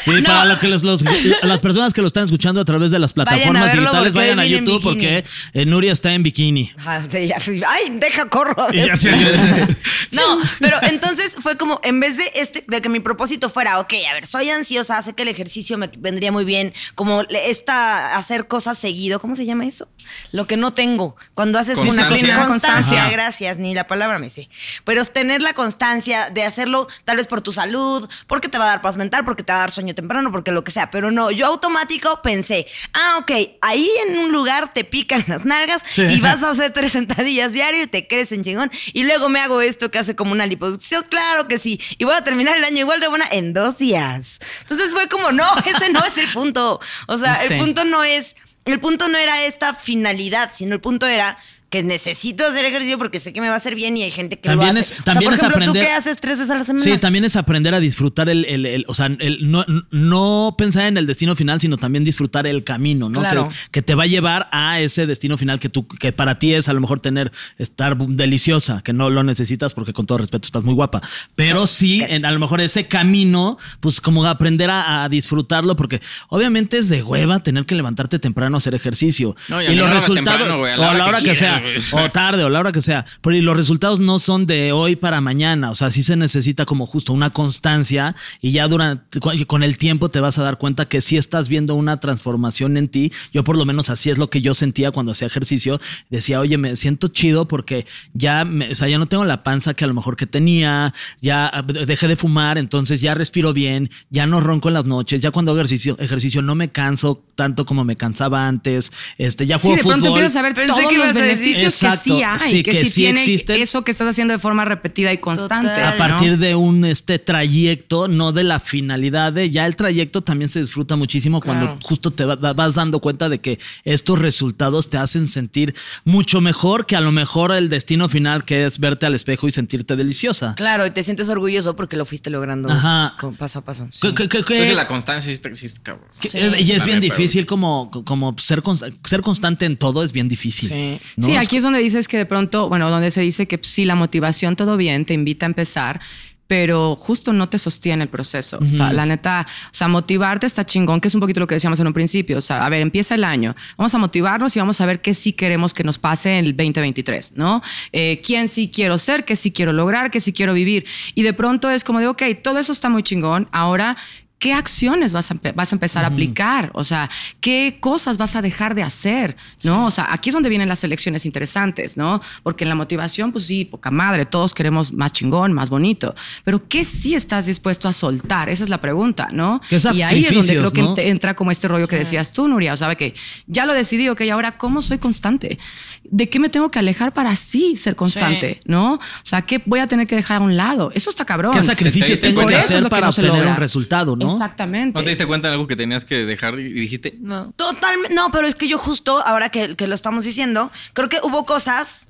Speaker 3: Sí, para lo que los- los- las personas que lo están escuchando a través de las plataformas
Speaker 4: verlo
Speaker 3: digitales,
Speaker 4: porque
Speaker 3: vayan a
Speaker 4: hoy viene en
Speaker 3: YouTube porque
Speaker 4: bikini.
Speaker 3: eh, Nuria está en bikini.
Speaker 4: Ah, sí, ya fui. Ay, deja, corro.
Speaker 3: Y ya se-
Speaker 4: No, pero entonces fue como, en vez de este, de que mi propósito fuera, ok, a ver, soy ansiosa, sé que el ejercicio me vendría muy bien, como le- esta, hacer cosas seguido, ¿cómo se llama eso? Lo que no tengo. Cuando haces
Speaker 6: Constancia.
Speaker 4: una constancia,
Speaker 3: Ajá.
Speaker 4: gracias, ni la palabra me sé. Pero es tener la constancia de hacerlo, tal vez por tu salud, porque te va a dar paz mental, porque te va a dar sueño temprano, porque lo que sea. Pero no, yo automático pensé, ah, ok, ahí en un lugar te pican las nalgas
Speaker 3: Sí.
Speaker 4: y vas a hacer tres sentadillas diario y te crees en chingón. Y luego me hago esto que hace como una liposucción, claro que sí. Y voy a terminar el año igual de buena en dos días. Entonces fue como, no, ese no es el punto. O sea,
Speaker 5: Sí.
Speaker 4: el punto no es, el punto no era esta finalidad, sino el punto era que necesito hacer ejercicio porque sé que me va a hacer bien y hay gente que
Speaker 3: También
Speaker 4: lo
Speaker 3: es-
Speaker 4: hace.
Speaker 3: también
Speaker 4: o sea, por
Speaker 3: es
Speaker 4: ejemplo,
Speaker 3: aprender-
Speaker 4: ¿tú qué haces tres veces a la semana?
Speaker 3: Sí, también es aprender a disfrutar el, el- el- o sea, el- no, no pensar en el destino final, sino también disfrutar el camino, ¿no?
Speaker 5: Claro.
Speaker 3: Que, que te va a llevar a ese destino final que tú, que para ti es a lo mejor tener, estar deliciosa, que no lo necesitas porque con todo respeto estás muy guapa. Pero sí, en, a lo mejor ese camino, pues como aprender a, a disfrutarlo, porque obviamente es de hueva tener que levantarte temprano a hacer ejercicio.
Speaker 6: No, y a mí no era temprano, güey, a la
Speaker 3: o a
Speaker 6: hora
Speaker 3: la
Speaker 6: que
Speaker 3: hora que, sea,
Speaker 6: quieras, güey.
Speaker 3: o tarde o la hora que sea. Pero y los resultados no son de hoy para mañana. O sea, sí se necesita como justo una constancia y ya durante cu- con el tiempo te vas a dar cuenta que sí estás viendo una transformación en ti. Yo por lo menos así es lo que yo sentía cuando hacía ejercicio. Decía, oye, me siento chido porque ya, me- o sea, ya no tengo la panza que a lo mejor que tenía, ya ah, dejé de fumar, entonces ya respiro bien, ya no ronco en las noches, ya cuando hago ejercicio, ejercicio no me canso tanto como me cansaba antes, este, ya
Speaker 5: Sí,
Speaker 3: juego
Speaker 5: de pronto
Speaker 3: fútbol.
Speaker 5: empiezas a ver
Speaker 4: Pensé
Speaker 5: todos
Speaker 4: que
Speaker 5: los
Speaker 4: ibas a decir-
Speaker 5: beneficios que sí
Speaker 3: Exacto,
Speaker 5: hay,
Speaker 3: sí,
Speaker 5: que,
Speaker 3: que
Speaker 5: sí
Speaker 3: sí
Speaker 5: tiene
Speaker 3: existen.
Speaker 5: eso que estás haciendo de forma repetida y constante.
Speaker 4: Total.
Speaker 3: a
Speaker 5: ¿no?
Speaker 3: partir de un este trayecto, no de la finalidad de ya el trayecto también se disfruta muchísimo
Speaker 5: Claro.
Speaker 3: cuando justo te va- va- vas dando cuenta de que estos resultados te hacen sentir mucho mejor que a lo mejor el destino final que es verte al espejo y sentirte deliciosa.
Speaker 4: Claro, y te sientes orgulloso porque lo fuiste logrando
Speaker 3: Ajá.
Speaker 4: con- paso a paso. sí.
Speaker 3: ¿Qué- qué- qué- qué-
Speaker 6: Creo que la constancia sí existe, cabrón.
Speaker 3: qué- es- y es
Speaker 6: La
Speaker 3: bien
Speaker 6: neta,
Speaker 3: difícil como, como ser, consta- ser constante en todo es bien difícil.
Speaker 5: Sí.
Speaker 3: ¿no?
Speaker 5: Sí, aquí es donde dices que de pronto, bueno, donde se dice que pues, sí, la motivación todo bien, te invita a empezar, pero justo no te sostiene el proceso. O sea, la neta, o sea, motivarte está chingón, que es un poquito lo que decíamos en un principio. O sea, a ver, empieza el año, vamos a motivarnos y vamos a ver qué sí queremos que nos pase en el 2023, ¿no? Eh, ¿Quién sí quiero ser, qué sí quiero lograr, qué sí quiero vivir? Y de pronto es como de, ok, todo eso está muy chingón, ahora... ¿Qué acciones vas a, empe- vas a empezar a aplicar? O sea, ¿qué cosas vas a dejar de hacer? ¿No? O sea, aquí es donde vienen las elecciones interesantes, ¿no? Porque en la motivación, pues sí, poca madre, todos queremos más chingón, más bonito. Pero ¿qué sí estás dispuesto a soltar? Esa es la pregunta, ¿no?
Speaker 3: ¿Qué
Speaker 5: Y ahí es donde creo
Speaker 3: sacrificios,
Speaker 5: que
Speaker 3: no?
Speaker 5: ent- entra como este rollo que decías tú, Nuria. O sea, que ya lo decidí, ok, ahora cómo soy constante. ¿De qué me tengo que alejar para sí ser constante? ¿No? O sea, ¿qué voy a tener que dejar a un lado? Eso está cabrón.
Speaker 3: ¿Qué sacrificios
Speaker 6: Te- te-
Speaker 3: tengo
Speaker 6: por
Speaker 3: que
Speaker 6: eso
Speaker 5: es lo
Speaker 3: hacer
Speaker 5: que
Speaker 3: para
Speaker 5: no se
Speaker 3: obtener
Speaker 5: logra.
Speaker 3: un resultado, no?
Speaker 5: Exactamente.
Speaker 6: ¿No te diste cuenta de algo que tenías que dejar y dijiste, no?
Speaker 4: Totalmente. No, pero es que yo justo, ahora que, que lo estamos diciendo, creo que hubo cosas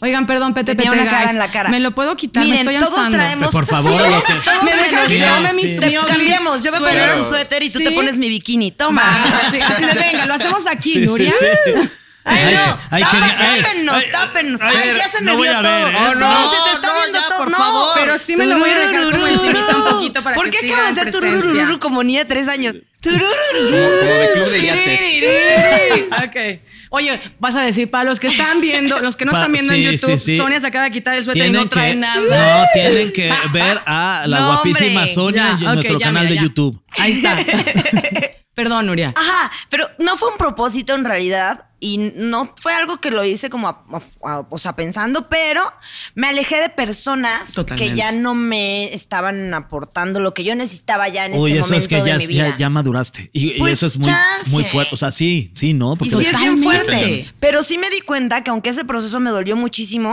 Speaker 5: Oigan, perdón, Pete,
Speaker 4: Te
Speaker 5: Pete,
Speaker 4: tenía una cara
Speaker 5: guys.
Speaker 4: en la cara.
Speaker 5: Me lo puedo quitar,
Speaker 4: Miren,
Speaker 5: me estoy
Speaker 4: todos
Speaker 5: asando.
Speaker 4: traemos.
Speaker 3: Por favor,
Speaker 4: todos,
Speaker 3: lo que-
Speaker 4: todos
Speaker 5: Me dejan
Speaker 4: traemos-
Speaker 5: quitarme
Speaker 3: Sí,
Speaker 5: mis
Speaker 3: sí.
Speaker 5: mi oblis,
Speaker 4: Cambiamos, yo me
Speaker 5: suéter.
Speaker 4: pongo tu suéter y tú te
Speaker 5: Sí.
Speaker 4: pones mi bikini. Toma.
Speaker 5: Va, sí, así de, venga, lo hacemos aquí,
Speaker 3: Sí, sí,
Speaker 5: Nuria.
Speaker 3: sí.
Speaker 4: Ay,
Speaker 3: Hay
Speaker 4: no.
Speaker 3: que- hay que- a
Speaker 4: Ay,
Speaker 3: ver,
Speaker 4: tápenos,
Speaker 3: ay,
Speaker 4: tápenos.
Speaker 3: a
Speaker 4: Ay,
Speaker 3: ver,
Speaker 4: ya se me
Speaker 3: no voy
Speaker 4: vio
Speaker 3: a
Speaker 4: todo.
Speaker 3: ver, ¿eh?
Speaker 4: Oh, no,
Speaker 3: No,
Speaker 4: se te está
Speaker 6: no,
Speaker 4: viendo
Speaker 6: ya,
Speaker 4: todo.
Speaker 6: por
Speaker 4: no.
Speaker 6: favor.
Speaker 5: Pero sí me lo voy a dejar como encimita un poquito para
Speaker 4: ¿Por
Speaker 5: que
Speaker 4: qué
Speaker 5: siga
Speaker 4: acaba de
Speaker 5: en
Speaker 4: ser
Speaker 5: presencia.
Speaker 4: tururururu como niña de tres años? Tururururu.
Speaker 6: Como, como de club de yates.
Speaker 5: ok. Oye, vas a decir, para los que están viendo, los que no
Speaker 3: Pa-
Speaker 5: están viendo en
Speaker 3: sí,
Speaker 5: YouTube,
Speaker 3: sí, sí.
Speaker 5: Sonia se acaba de quitar el suéter y no trae
Speaker 3: que,
Speaker 5: nada.
Speaker 3: No, tienen que ver a la
Speaker 4: No,
Speaker 3: guapísima
Speaker 4: hombre.
Speaker 3: Sonia en
Speaker 5: Ya, ok,
Speaker 3: nuestro
Speaker 5: ya,
Speaker 3: canal
Speaker 5: mira,
Speaker 3: de
Speaker 5: ya.
Speaker 3: YouTube.
Speaker 5: Ahí está. Perdón, Nuria.
Speaker 4: Ajá, pero no fue un propósito en realidad y no fue algo que lo hice como, a- a- a- o sea, pensando, pero me alejé de personas
Speaker 5: Totalmente.
Speaker 4: que ya no me estaban aportando lo que yo necesitaba ya en
Speaker 3: Oye,
Speaker 4: este
Speaker 3: eso
Speaker 4: momento
Speaker 3: es que
Speaker 4: de
Speaker 3: ya,
Speaker 4: mi vida.
Speaker 3: ya, ya maduraste. Y, y
Speaker 4: Pues
Speaker 3: eso es muy,
Speaker 4: chance.
Speaker 3: muy fuerte. O sea, sí, sí, ¿no?
Speaker 4: y
Speaker 3: Porque
Speaker 4: sí es bien
Speaker 5: Totalmente.
Speaker 4: fuerte, pero sí me di cuenta que aunque ese proceso me dolió muchísimo,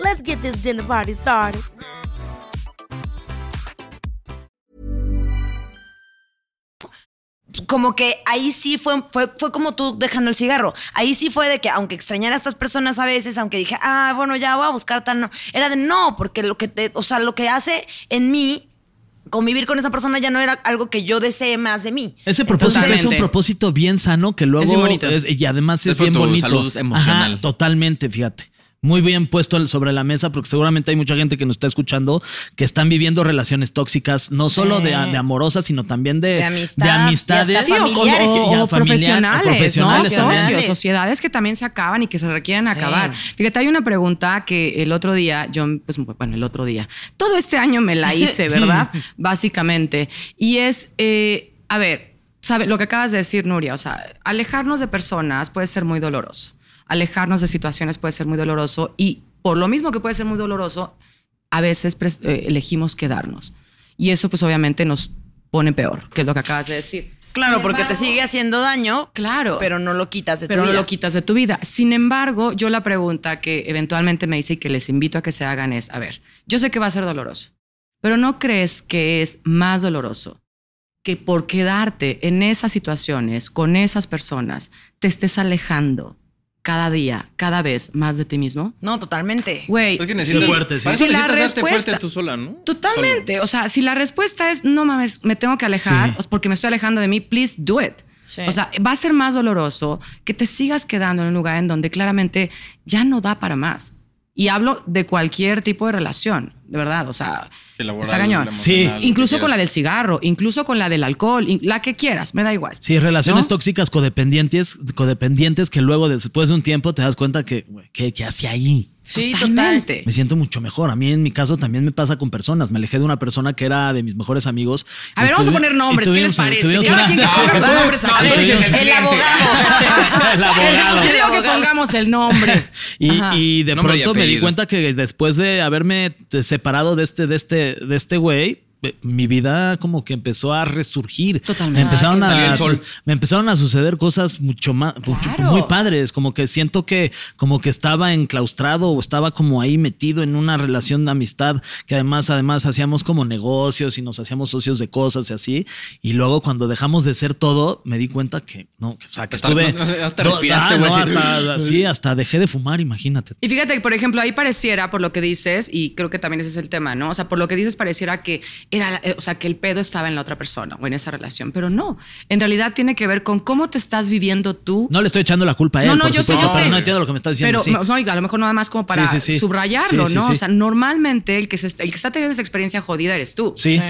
Speaker 7: Let's get this dinner party started.
Speaker 4: como que ahí sí fue, fue, fue como tú dejando el cigarro. Ahí sí fue de que, aunque extrañara a estas personas a veces, aunque dije, ah, bueno, ya voy a buscar tan. no", Era de no, porque lo que te, o sea, lo que hace en mí convivir con esa persona ya no era algo que yo desee más de mí.
Speaker 3: Ese propósito
Speaker 4: Entonces,
Speaker 3: es un propósito bien sano que luego
Speaker 5: Es bien bonito.
Speaker 3: es- y además es,
Speaker 6: Es por
Speaker 3: bien
Speaker 6: tu
Speaker 3: bonito.
Speaker 6: salud emocional.
Speaker 3: Ajá, totalmente, fíjate. Muy bien puesto el- sobre la mesa porque seguramente hay mucha gente que nos está escuchando que están viviendo relaciones tóxicas, no solo de, de amorosas, sino también de,
Speaker 4: De amistad,
Speaker 3: de
Speaker 4: y hasta
Speaker 3: amistades
Speaker 4: Sí, o con-
Speaker 3: cosas
Speaker 4: o-
Speaker 3: que ya
Speaker 5: o
Speaker 3: familiar-
Speaker 5: profesionales,
Speaker 3: o
Speaker 5: ¿no?
Speaker 3: profesionales también.
Speaker 5: socios, sociedades que también se acaban y que se requieren acabar. Fíjate, hay una pregunta que el otro día, yo, pues bueno, el otro día, todo este año me la hice, ¿verdad? Básicamente. Y es, eh, a ver, sabe lo que acabas de decir, Nuria, o sea, alejarnos de personas puede ser muy doloroso. Alejarnos de situaciones puede ser muy doloroso y por lo mismo que puede ser muy doloroso, a veces pres- eh, elegimos quedarnos. Y eso pues obviamente nos pone peor, que es lo que acabas de decir.
Speaker 4: Claro, porque te sigue haciendo daño,
Speaker 5: Claro.
Speaker 4: pero no lo quitas de tu
Speaker 5: pero no
Speaker 4: vida.
Speaker 5: lo quitas de tu vida. Sin embargo, yo la pregunta que eventualmente me hice y que les invito a que se hagan es, a ver, yo sé que va a ser doloroso, pero ¿no crees que es más doloroso que por quedarte en esas situaciones, con esas personas, te estés alejando cada día, cada vez más de ti mismo?
Speaker 4: No, totalmente.
Speaker 5: Güey,
Speaker 6: Es que
Speaker 5: sí,
Speaker 6: necesitas,
Speaker 3: fuerte, sí.
Speaker 6: para eso
Speaker 5: Sí, la
Speaker 6: necesitas darte fuerte
Speaker 5: respuesta-
Speaker 6: tú sola, ¿no?
Speaker 5: Totalmente. O sea, si la respuesta es no mames, me tengo que alejar
Speaker 3: Sí.
Speaker 5: pues, porque me estoy alejando de mí, please do it.
Speaker 4: Sí.
Speaker 5: O sea, va a ser más doloroso que te sigas quedando en un lugar en donde claramente ya no da para más. Y hablo de cualquier tipo de relación, de verdad. O sea,
Speaker 6: Sí, laboral,
Speaker 5: está cañón.
Speaker 6: emocional,
Speaker 3: Sí.
Speaker 6: lo que
Speaker 5: Incluso con la
Speaker 6: quieras.
Speaker 5: del cigarro, incluso con la del alcohol, in- la que quieras, me da igual.
Speaker 3: Sí, relaciones
Speaker 5: ¿No?
Speaker 3: tóxicas codependientes, codependientes que luego después de un tiempo te das cuenta que, güey, ¿qué, qué hace ahí?
Speaker 4: Sí,
Speaker 5: Totalmente.
Speaker 3: Me siento mucho mejor. A mí en mi caso también me pasa con personas. Me alejé de una persona que era de mis mejores amigos.
Speaker 5: A ver,
Speaker 3: Y
Speaker 5: vamos a
Speaker 3: tuvi-
Speaker 5: poner
Speaker 3: y
Speaker 5: nombres. ¿Qué
Speaker 3: tuvimos-
Speaker 5: les parece?
Speaker 3: tuvimos
Speaker 5: Cada
Speaker 3: una-
Speaker 5: quien que
Speaker 6: Ah,
Speaker 5: ponga sus nombres aquí.
Speaker 6: A ver,
Speaker 3: tuvimos-
Speaker 6: dices,
Speaker 4: El abogado.
Speaker 3: El abogado.
Speaker 5: Yo digo que pongamos el nombre.
Speaker 3: Y,
Speaker 5: Ajá.
Speaker 3: y de
Speaker 6: Nombre y
Speaker 3: pronto me di
Speaker 6: apellido.
Speaker 3: cuenta que después de haberme te- separado de este, de este, de este güey, eh, mi vida como que empezó a resurgir.
Speaker 5: Totalmente.
Speaker 3: Me empezaron,
Speaker 6: Salió
Speaker 3: a,
Speaker 6: el sol.
Speaker 3: su- me empezaron a suceder cosas mucho más, mucho-
Speaker 5: Claro.
Speaker 3: muy padres. Como que siento que, como que estaba enclaustrado o estaba como ahí metido en una relación de amistad que además, además hacíamos como negocios y nos hacíamos socios de cosas y así. Y luego cuando dejamos de ser todo, me di cuenta que no, que, o sea, que
Speaker 6: Hasta-
Speaker 3: estuve.
Speaker 6: no, no, hasta
Speaker 3: no,
Speaker 6: respiraste,
Speaker 3: ah,
Speaker 6: güey,
Speaker 3: no,
Speaker 6: así.
Speaker 3: hasta, sí, hasta dejé de fumar, imagínate.
Speaker 5: Y fíjate que, por ejemplo, ahí pareciera, por lo que dices, y creo que también ese es el tema, ¿no? O sea, por lo que dices, pareciera que era, la- eh, o sea, que el pedo estaba en la otra persona o en esa relación, pero no. En realidad tiene que ver con cómo te estás viviendo tú.
Speaker 3: No le estoy echando la culpa a él.
Speaker 5: No, no,
Speaker 3: por
Speaker 5: yo sé,
Speaker 3: supuesto,
Speaker 5: yo sé.
Speaker 3: pero No entiendo lo que me estás diciendo.
Speaker 5: Pero
Speaker 3: sí.
Speaker 5: no, y a lo mejor nada más como para
Speaker 3: Sí, sí, sí.
Speaker 5: subrayarlo,
Speaker 3: Sí, sí,
Speaker 5: ¿no?
Speaker 3: sí.
Speaker 5: O sea, normalmente el que, se está, el que está teniendo esa experiencia jodida eres tú.
Speaker 3: Sí.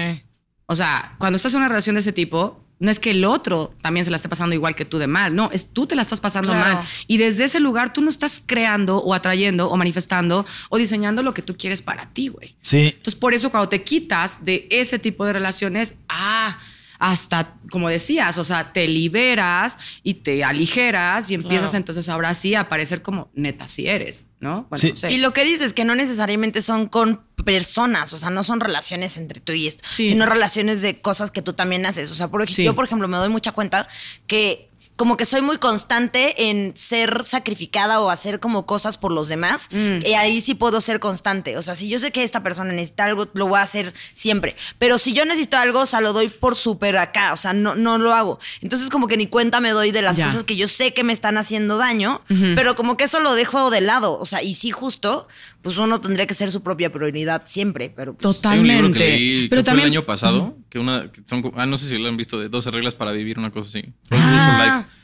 Speaker 5: O sea, cuando estás en una relación de ese tipo, no es que el otro también se la esté pasando igual que tú de mal, no, es tú te la estás pasando
Speaker 4: Claro.
Speaker 5: mal. Y desde ese lugar tú no estás creando o atrayendo o manifestando o diseñando lo que tú quieres para ti, güey.
Speaker 3: Sí.
Speaker 5: Entonces, por eso cuando te quitas de ese tipo de relaciones, ah, hasta, como decías, o sea, te liberas y te aligeras y empiezas entonces ahora sí a aparecer como neta si eres, ¿no? Bueno,
Speaker 3: Sí.
Speaker 5: no sé.
Speaker 4: Y lo que dices que no necesariamente son con personas, o sea, no son relaciones entre tú y esto,
Speaker 5: Sí.
Speaker 4: sino relaciones de cosas que tú también haces. O sea, por ejemplo,
Speaker 5: Sí.
Speaker 4: yo, por ejemplo, me doy mucha cuenta que como que soy muy constante en ser sacrificada o hacer como cosas por los demás.
Speaker 5: Mm.
Speaker 4: Y ahí sí puedo ser constante. O sea, si yo sé que esta persona necesita algo, lo voy a hacer siempre. Pero si yo necesito algo, o sea, lo doy por súper acá. O sea, no, no lo hago. Entonces, como que ni cuenta me doy de las
Speaker 5: Ya.
Speaker 4: cosas que yo sé que me están haciendo daño, pero como que eso lo dejo de lado. O sea, y sí, justo, pues uno tendría que ser su propia prioridad siempre. Pero pues,
Speaker 6: Hay un
Speaker 5: Totalmente.
Speaker 6: libro que leí que
Speaker 5: pero
Speaker 6: fue
Speaker 5: también
Speaker 6: el año pasado, que una que son ah no sé si lo han visto de 12 reglas para vivir una cosa así.
Speaker 4: Ah,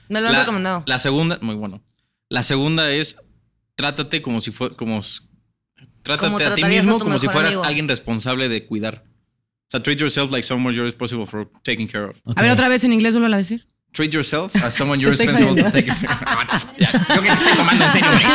Speaker 4: me lo han
Speaker 6: La-
Speaker 4: recomendado.
Speaker 6: La segunda, muy bueno. La segunda es trátate como si fue como s- trátate
Speaker 4: Como
Speaker 6: a ti
Speaker 4: tratarías a
Speaker 6: mismo
Speaker 4: tu
Speaker 6: como si
Speaker 4: mejor
Speaker 6: fueras
Speaker 4: amigo.
Speaker 6: alguien responsable de cuidar. O sea, treat yourself like someone you're responsible for taking care of.
Speaker 5: A ver, otra vez en inglés, vuelvo a decir.
Speaker 6: Treat yourself as someone you're responsible to take care of. Ya, Yo que te estoy tomando en serio. güey.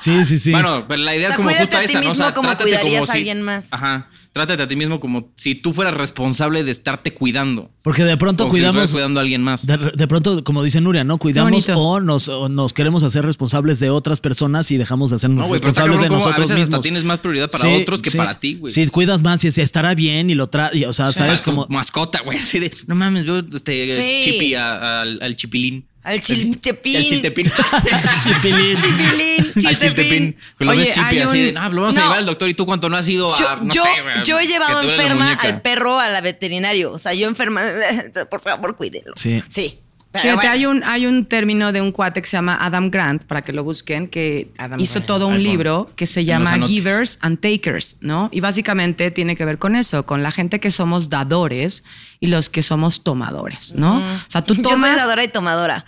Speaker 3: Sí, sí, sí.
Speaker 6: Bueno, pero la idea
Speaker 4: O sea,
Speaker 6: es como
Speaker 4: cuídate
Speaker 6: justo
Speaker 4: a ti
Speaker 6: esa, ¿no? O sea,
Speaker 4: mismo como
Speaker 6: trátate
Speaker 4: cuidarías
Speaker 6: como
Speaker 4: a
Speaker 6: si-
Speaker 4: alguien más.
Speaker 6: Ajá. Trátate a ti mismo como si tú fueras responsable de estarte cuidando.
Speaker 3: Porque de pronto
Speaker 6: Como si
Speaker 3: cuidamos.
Speaker 6: estuvieras cuidando a alguien más.
Speaker 3: de, de pronto, como dice Nuria, ¿no? Cuidamos
Speaker 5: bonito.
Speaker 3: o nos, o nos queremos hacer responsables de otras personas y dejamos de hacernos
Speaker 6: No, güey, pero está
Speaker 3: responsables de
Speaker 6: cabrón cómo a
Speaker 3: nosotros
Speaker 6: veces hasta
Speaker 3: mismos.
Speaker 6: tienes más prioridad para otros que para ti, güey.
Speaker 3: Sí, cuidas más y si estará bien y lo traes. O sea, sabes
Speaker 6: Tu
Speaker 3: como.
Speaker 6: mascota, güey. Así de, no mames, veo este
Speaker 4: Sí.
Speaker 6: chipi a- al, al chipilín.
Speaker 4: Al chiltepín.
Speaker 6: Al chiltepín.
Speaker 3: Chipilín.
Speaker 4: Chipilín,
Speaker 6: al chiltepín.
Speaker 4: chiltepín.
Speaker 6: Pues lo
Speaker 5: Oye,
Speaker 6: ves chipi
Speaker 5: hay
Speaker 6: así de,
Speaker 5: un-
Speaker 6: no, lo vamos a
Speaker 4: No.
Speaker 6: llevar al doctor y tú cuánto no has ido
Speaker 4: Yo,
Speaker 6: a, Ah, no
Speaker 4: yo,
Speaker 6: sé, güey,
Speaker 4: yo he llevado
Speaker 6: que te duele la
Speaker 4: enferma
Speaker 6: muñeca.
Speaker 4: al perro a la veterinario. O sea, yo enferma. Por favor, cuídenlo.
Speaker 3: Sí.
Speaker 4: Sí.
Speaker 5: Fíjate,
Speaker 4: Pero Ah, bueno.
Speaker 5: hay, un, hay un término de un cuate que se llama Adam Grant, para que lo busquen, que
Speaker 4: Adam
Speaker 5: hizo
Speaker 4: Grant.
Speaker 5: todo un
Speaker 6: Ahí pon.
Speaker 5: libro que se
Speaker 6: En
Speaker 5: llama
Speaker 6: los anotes.
Speaker 5: Givers and Takers, ¿no? Y básicamente tiene que ver con eso, con la gente que somos dadores y los que somos tomadores, ¿no? O sea, tú
Speaker 4: Mm. Yo soy
Speaker 5: tomas...
Speaker 4: dadora y tomadora.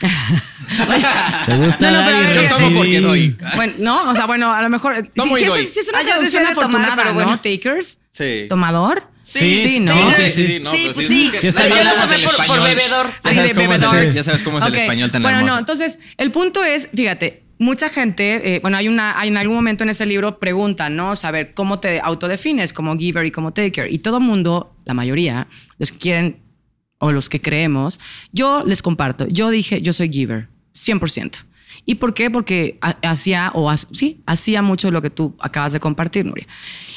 Speaker 3: ¿Te gusta?
Speaker 5: No, no, pero a
Speaker 3: Ay,
Speaker 5: ver,
Speaker 6: Yo tomo porque
Speaker 3: recibir.
Speaker 6: doy.
Speaker 5: Bueno, no, o sea, bueno, a lo mejor... Si
Speaker 6: Tomo y
Speaker 5: eso,
Speaker 6: doy.
Speaker 5: sí es una
Speaker 4: Ah, yo
Speaker 5: traducción
Speaker 4: decía de tomar,
Speaker 5: afortunada,
Speaker 4: pero
Speaker 5: ¿no?
Speaker 4: bueno.
Speaker 5: Takers.
Speaker 6: Sí.
Speaker 5: ¿Tomador?
Speaker 3: Sí,
Speaker 5: ¿no?
Speaker 3: sí,
Speaker 6: Sí, sí, sí. no,
Speaker 4: sí,
Speaker 6: pero
Speaker 4: pues
Speaker 6: es
Speaker 4: sí.
Speaker 6: que-
Speaker 3: Sí, está
Speaker 6: ya
Speaker 3: bien.
Speaker 6: sabes
Speaker 3: Yo
Speaker 4: tomé
Speaker 6: cómo es el
Speaker 4: por- por
Speaker 6: español.
Speaker 4: bebedor.
Speaker 6: Ya
Speaker 5: Ay,
Speaker 6: sabes
Speaker 5: de
Speaker 6: cómo es el-
Speaker 5: bebedor.
Speaker 6: Ya sabes cómo es
Speaker 5: Ok,
Speaker 6: el español tan
Speaker 5: Bueno, no,
Speaker 6: hermoso.
Speaker 5: entonces el punto es, fíjate, mucha gente, eh, bueno, hay una, hay en algún momento en ese libro preguntan, ¿no? Saber cómo te autodefines como giver y como taker. Y todo mundo, la mayoría, los que quieren o los que creemos, yo les comparto, yo dije, yo soy giver, 100%. ¿Y por qué? Porque ha- hacía, o ha- sí, hacía mucho lo que tú acabas de compartir, Nuria.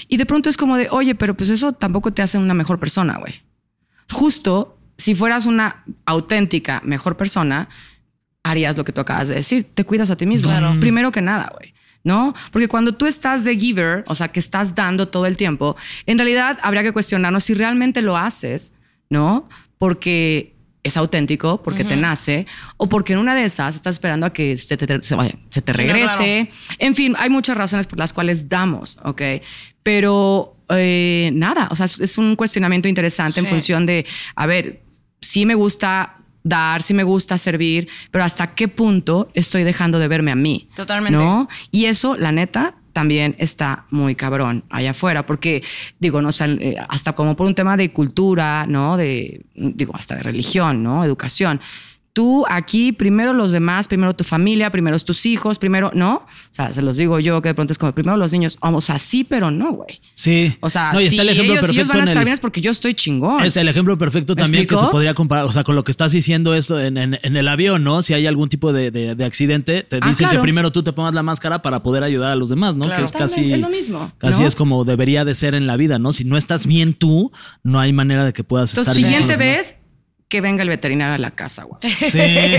Speaker 5: Y de pronto es como de, oye, pero pues eso tampoco te hace una mejor persona, güey justo si fueras una auténtica mejor persona, harías lo que tú acabas de decir. Te cuidas a ti mismo. Mm. Primero que nada, güey. ¿No? Porque cuando tú estás de giver, o sea, que estás dando todo el tiempo, en realidad habría que cuestionarnos si realmente lo haces, ¿no? Porque es auténtico, porque te nace, o porque en una de esas estás esperando a que se te, se vaya- se te regrese. En fin, hay muchas razones por las cuales damos, ¿ok? Pero eh, nada, o sea, es- es un cuestionamiento interesante en función de, a ver, sí me gusta dar, sí me gusta servir, pero hasta qué punto estoy dejando de verme a mí.
Speaker 4: Totalmente.
Speaker 5: ¿No? Y eso, la neta, también está muy cabrón allá afuera, porque digo, no, o sea, eh, hasta como por un tema de cultura, ¿no? De, digo, hasta de religión, ¿no? Educación. Tú aquí, primero los demás, primero tu familia, primero tus hijos, primero, ¿no? O sea, se los digo yo que de pronto es como, primero los niños, o sea, sí, pero no, güey.
Speaker 3: Sí.
Speaker 5: O sea,
Speaker 3: No, y
Speaker 5: si
Speaker 3: está el ejemplo
Speaker 5: ellos, si ellos
Speaker 3: perfecto
Speaker 5: van a
Speaker 3: en
Speaker 5: estar
Speaker 3: el-
Speaker 5: bien es porque yo estoy chingón.
Speaker 3: Es el ejemplo perfecto
Speaker 5: ¿Me
Speaker 3: también que
Speaker 5: explico?
Speaker 3: se podría comparar, o sea, con lo que estás diciendo esto en, en- en el avión, ¿no? Si hay algún tipo de, de- de accidente, te
Speaker 5: Ah,
Speaker 3: dicen
Speaker 5: claro.
Speaker 3: que primero tú te pongas la máscara para poder ayudar a los demás, ¿no? Que es
Speaker 5: Totalmente,
Speaker 3: casi
Speaker 5: es lo mismo,
Speaker 3: Casi
Speaker 5: ¿no?
Speaker 3: es como debería de ser en la vida, ¿no? Si no estás bien tú, no hay manera de que puedas
Speaker 5: Entonces,
Speaker 3: estar bien.
Speaker 5: siguiente
Speaker 3: con los demás.
Speaker 5: vez que venga el veterinario a la casa, güey.
Speaker 3: Sí,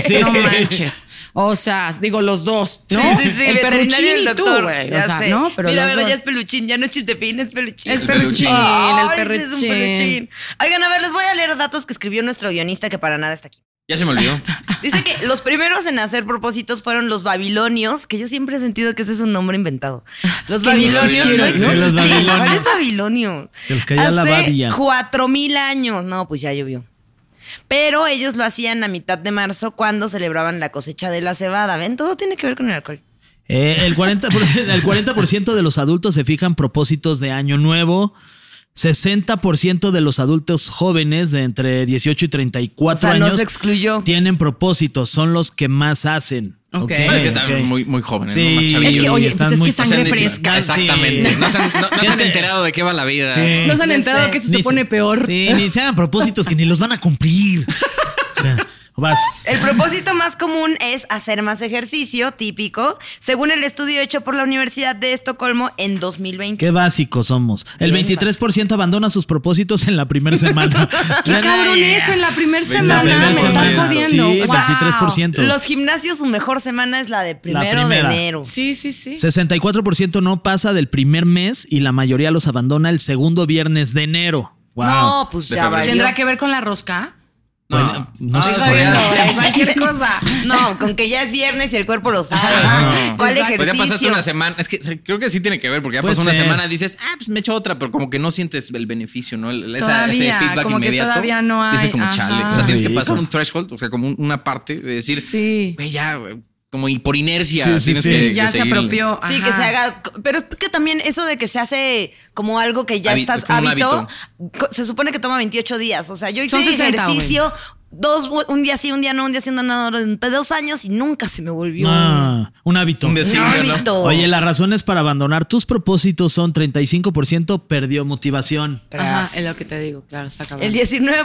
Speaker 3: sí,
Speaker 5: no
Speaker 3: sí.
Speaker 5: manches. O sea, digo los dos, ¿no?
Speaker 4: Sí, sí, sí.
Speaker 5: el
Speaker 4: veterinario
Speaker 5: perruchín
Speaker 4: y
Speaker 5: y
Speaker 4: el
Speaker 5: tú,
Speaker 4: doctor,
Speaker 5: güey. O
Speaker 4: ya
Speaker 5: sea,
Speaker 4: sé.
Speaker 5: no, pero
Speaker 4: Mira,
Speaker 5: los
Speaker 4: pero
Speaker 5: dos.
Speaker 4: ya es peluchín, ya no es chiltepín, es peluchín.
Speaker 5: Es
Speaker 6: El
Speaker 5: peluchín,
Speaker 6: peluchín.
Speaker 4: Ay,
Speaker 5: el
Speaker 4: sí, es un
Speaker 5: perruchín.
Speaker 4: peluchín. Oigan, a ver, les voy a leer datos que escribió nuestro guionista que para nada está aquí.
Speaker 6: Ya se me olvidó.
Speaker 4: Dice que los primeros en hacer propósitos fueron los babilonios, que yo siempre he sentido que ese es un nombre inventado. Los babilonios.
Speaker 6: existieron,
Speaker 4: No
Speaker 6: ¿no?
Speaker 4: existen.
Speaker 3: Los babilonios.
Speaker 4: ¿Cuál es babilonio?
Speaker 3: Que les caía la
Speaker 4: Hace
Speaker 3: babia.
Speaker 4: cuatro mil años. No, pues ya llovió. Pero ellos lo hacían a mitad de marzo cuando celebraban la cosecha de la cebada. ¿Ven? Todo tiene que ver con el alcohol.
Speaker 3: Eh, el, 40%, el 40% de los adultos se fijan propósitos de año nuevo. 60% de los adultos jóvenes de entre 18 y 34
Speaker 4: O sea, no
Speaker 3: años
Speaker 4: se excluyó.
Speaker 3: tienen propósitos, son los que más hacen.
Speaker 5: Ok.
Speaker 6: Es que están
Speaker 3: ok.
Speaker 6: muy, muy jóvenes,
Speaker 3: Sí,
Speaker 6: ¿no? Más chavillos.
Speaker 5: Es que, oye,
Speaker 3: están
Speaker 5: pues es
Speaker 3: muy
Speaker 5: que sangre
Speaker 3: pasados.
Speaker 5: fresca.
Speaker 6: Exactamente.
Speaker 3: Sí.
Speaker 6: No se han, no- no se han
Speaker 3: Fíjate.
Speaker 6: enterado de qué va la vida.
Speaker 3: Sí.
Speaker 5: No se han enterado que eso se
Speaker 3: Ni
Speaker 5: pone peor.
Speaker 3: Sí, ni se hagan propósitos que ni los van a cumplir. O sea, Vas.
Speaker 4: El propósito más común es hacer más ejercicio, típico, según el estudio hecho por la Universidad de Estocolmo en 2020.
Speaker 3: Qué básicos somos. El 23% abandona sus propósitos en la primera semana.
Speaker 5: Qué cabrón eso, en la primera semana
Speaker 3: primera
Speaker 5: me estás
Speaker 3: semana.
Speaker 5: jodiendo.
Speaker 3: Sí,
Speaker 5: Wow.
Speaker 3: 23%.
Speaker 4: Los gimnasios, su mejor semana es la de primero
Speaker 3: primera.
Speaker 4: de enero.
Speaker 5: Sí, sí, sí.
Speaker 3: 64% no pasa del primer mes y la mayoría los abandona el segundo viernes de enero. Wow.
Speaker 4: No, pues
Speaker 6: De
Speaker 4: ya
Speaker 6: febrero.
Speaker 4: valió.
Speaker 5: ¿Tendrá que ver con la rosca?
Speaker 3: Bueno, no
Speaker 5: Estoy
Speaker 3: sé.
Speaker 5: jodiendo, ¿eh? cualquier cosa.
Speaker 4: No, con que ya es viernes y el cuerpo lo sabe.
Speaker 6: Ajá.
Speaker 4: ¿Cuál
Speaker 5: Exacto.
Speaker 6: Pues
Speaker 4: ejercicio?
Speaker 6: ya pasaste una semana. Es que creo que sí tiene que ver, porque ya
Speaker 3: Puede
Speaker 6: pasó una
Speaker 3: ser.
Speaker 6: semana, dices, ah, pues me echo otra, pero como que no sientes el beneficio, ¿no? El- esa- ese
Speaker 5: Todavía,
Speaker 6: feedback
Speaker 5: como que
Speaker 6: inmediato.
Speaker 5: todavía no hay,
Speaker 6: Dices como chale.
Speaker 5: ajá.
Speaker 6: O sea, tienes que
Speaker 3: Sí,
Speaker 6: pasar
Speaker 3: como-
Speaker 6: un threshold, o sea, como un- una parte de decir,
Speaker 5: Sí.
Speaker 6: güey, ya, güey", como y por inercia.
Speaker 3: Sí, sí,
Speaker 6: tienes
Speaker 3: sí.
Speaker 6: que-
Speaker 5: Ya
Speaker 6: que
Speaker 5: se
Speaker 6: seguirle.
Speaker 5: apropió.
Speaker 4: Sí,
Speaker 5: ajá.
Speaker 4: que se haga. Pero que también eso de que se hace como algo que ya
Speaker 6: Habi-
Speaker 4: estás
Speaker 6: como un
Speaker 4: hábito, co- se supone que toma 28 días. O sea, yo hice
Speaker 5: Son 60,
Speaker 4: ejercicio dos, un día sí, un día no, un día sí, un día no, durante dos años y nunca se me volvió un
Speaker 3: Ah, un hábito.
Speaker 6: Un deseo. Sí, ¿no?
Speaker 4: hábito.
Speaker 3: Oye, las razones para abandonar tus propósitos son 35% perdió motivación.
Speaker 5: Ajá, es lo que te digo, claro, está cabrón.
Speaker 4: el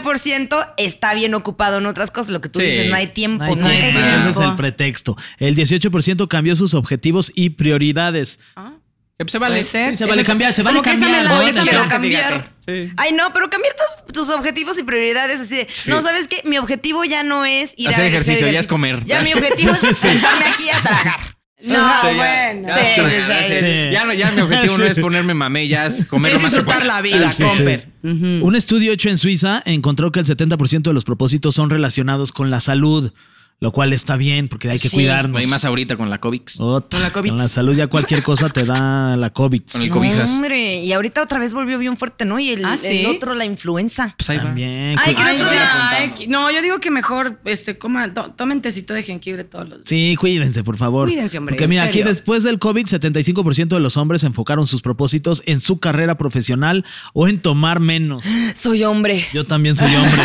Speaker 4: 19% está bien ocupado en otras cosas. Lo que tú
Speaker 6: Sí.
Speaker 4: dices, no hay tiempo,
Speaker 3: No hay
Speaker 4: nunca hay
Speaker 3: tiempo,
Speaker 4: tiempo.
Speaker 3: Ese es el pretexto. El 18% cambió sus objetivos y prioridades.
Speaker 6: Eh, pues se vale.
Speaker 5: Puede ser.
Speaker 3: Sí, se vale
Speaker 5: Esa-
Speaker 3: cambiar, se
Speaker 5: como
Speaker 3: vale
Speaker 5: que esa me
Speaker 3: cambiar,
Speaker 5: la-
Speaker 3: ¿no?
Speaker 5: Hoy
Speaker 4: Hoy
Speaker 5: esa
Speaker 3: Del
Speaker 5: me
Speaker 4: quiero
Speaker 5: la-
Speaker 4: cambiar.
Speaker 5: fíjate.
Speaker 4: Ay, no, pero cambiar tu- tus objetivos y prioridades. Así de, no sabes qué, mi objetivo ya no es ir
Speaker 6: Hacer
Speaker 4: a
Speaker 6: ejercicio, ya es comer.
Speaker 4: Ya mi objetivo es sentarme aquí a tragar.
Speaker 5: No,
Speaker 6: Sí, ya,
Speaker 5: Ah, bueno.
Speaker 6: Ah, ya,
Speaker 4: Sí,
Speaker 6: hasta-
Speaker 4: sí,
Speaker 6: ya,
Speaker 4: sí.
Speaker 6: sí. Ya no- ya mi objetivo no es ponerme mamé, ya es comer
Speaker 5: Es
Speaker 6: más que
Speaker 5: disfrutar
Speaker 6: pueda.
Speaker 5: la vida,
Speaker 6: Sí, sí.
Speaker 5: Comper.
Speaker 3: Un estudio hecho en Suiza encontró que el 70% de los propósitos son relacionados con la salud, lo cual está bien porque hay que cuidarnos. Oh,
Speaker 6: Y más ahorita con la COVID.
Speaker 3: Ot,
Speaker 5: Con la COVID.
Speaker 3: con la salud ya cualquier cosa te da la COVID.
Speaker 6: Con el cobijas.
Speaker 4: Hombre, y ahorita otra vez volvió bien fuerte, ¿no? Y el,
Speaker 5: Ah,
Speaker 4: el
Speaker 5: ¿sí?
Speaker 4: otro, la influenza.
Speaker 6: Pues ahí va.
Speaker 3: También. cu-
Speaker 4: Ay, que el otro
Speaker 5: Ay,
Speaker 4: día-
Speaker 5: ay, que- no, yo digo que mejor este, coma, to- tomen tecito de jengibre todos los días.
Speaker 3: Sí, cuídense, por favor.
Speaker 5: Cuídense, hombre,
Speaker 3: Porque
Speaker 5: en
Speaker 3: mira, aquí
Speaker 5: serio.
Speaker 3: después del COVID, 75% de los hombres enfocaron sus propósitos en su carrera profesional o en tomar menos.
Speaker 4: Soy hombre.
Speaker 3: Yo también soy hombre.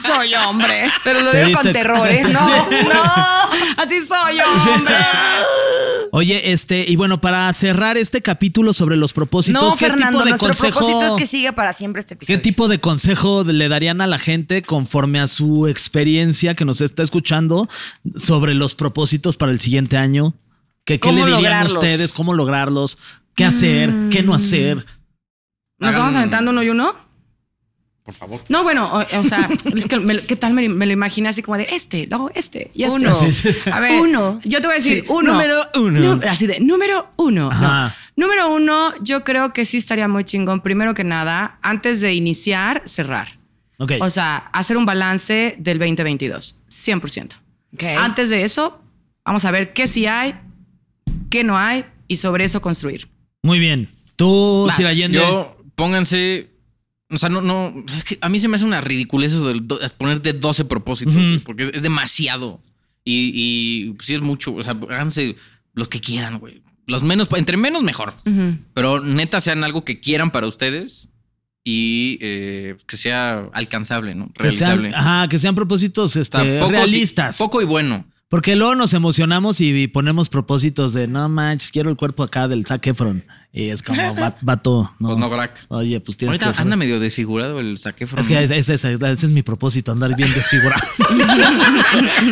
Speaker 5: Soy hombre.
Speaker 4: Pero lo
Speaker 3: Te
Speaker 4: digo
Speaker 3: viste-
Speaker 4: con terror, ¿eh? No, no.
Speaker 5: Así soy hombre.
Speaker 3: Oye, este, y bueno, para cerrar este capítulo sobre los propósitos,
Speaker 4: No,
Speaker 3: ¿qué
Speaker 4: Fernando,
Speaker 3: tipo de
Speaker 4: nuestro
Speaker 3: consejo,
Speaker 4: propósito es que siga para siempre este
Speaker 3: ¿Qué
Speaker 4: episodio.
Speaker 3: tipo de consejo le darían a la gente conforme a su experiencia que nos está escuchando sobre los propósitos para el siguiente año? ¿Qué, qué le
Speaker 4: ¿Cómo
Speaker 3: dirían
Speaker 4: lograrlos?
Speaker 3: ustedes? ¿Cómo lograrlos? ¿Qué hacer? ¿Qué no hacer?
Speaker 5: ¿Nos vamos aventando uno y uno?
Speaker 6: Por favor.
Speaker 5: No, bueno, o, o sea, es que me lo- ¿qué tal me, me lo imaginé así como de este, luego este y este?
Speaker 4: Uno. Sí,
Speaker 3: sí.
Speaker 5: A ver,
Speaker 4: Uno.
Speaker 5: Yo te voy a
Speaker 3: Sí,
Speaker 5: decir uno.
Speaker 3: número uno.
Speaker 5: Nu- así de número uno. no.
Speaker 3: Ajá.
Speaker 5: Número uno, yo creo que sí estaría muy chingón. Primero que nada, antes de iniciar, cerrar.
Speaker 3: Ok.
Speaker 5: O sea, hacer un balance del 2022, 100%.
Speaker 4: Ok.
Speaker 5: Antes de eso, vamos a ver qué sí hay, qué no hay y sobre eso construir.
Speaker 3: Muy bien. Tú,
Speaker 5: Vas.
Speaker 3: Sir Allende.
Speaker 6: Yo, pónganse. O sea, no, no. es que a mí se me hace una ridiculez eso de do- ponerte 12 propósitos, güey, porque es, es demasiado. Y, y pues, sí es mucho. O sea, háganse los que quieran, güey. Los menos, entre menos, mejor. Pero neta, sean algo que quieran para ustedes y eh, que sea alcanzable, ¿no?
Speaker 3: que sean,
Speaker 6: Realizable.
Speaker 3: ajá, que sean propósitos
Speaker 6: O sea,
Speaker 3: este,
Speaker 6: pocos y-
Speaker 3: realistas.
Speaker 6: poco y bueno.
Speaker 3: Porque luego nos emocionamos y, y ponemos propósitos de no manches, quiero el cuerpo acá del Zac Efron. Y es como, va- vato. No.
Speaker 6: Pues no, crack.
Speaker 3: Oye, pues tienes
Speaker 6: Ahorita
Speaker 3: que.
Speaker 6: anda medio desfigurado el saque
Speaker 3: Es que ese, ese- ese- ese es mi propósito, andar bien desfigurado.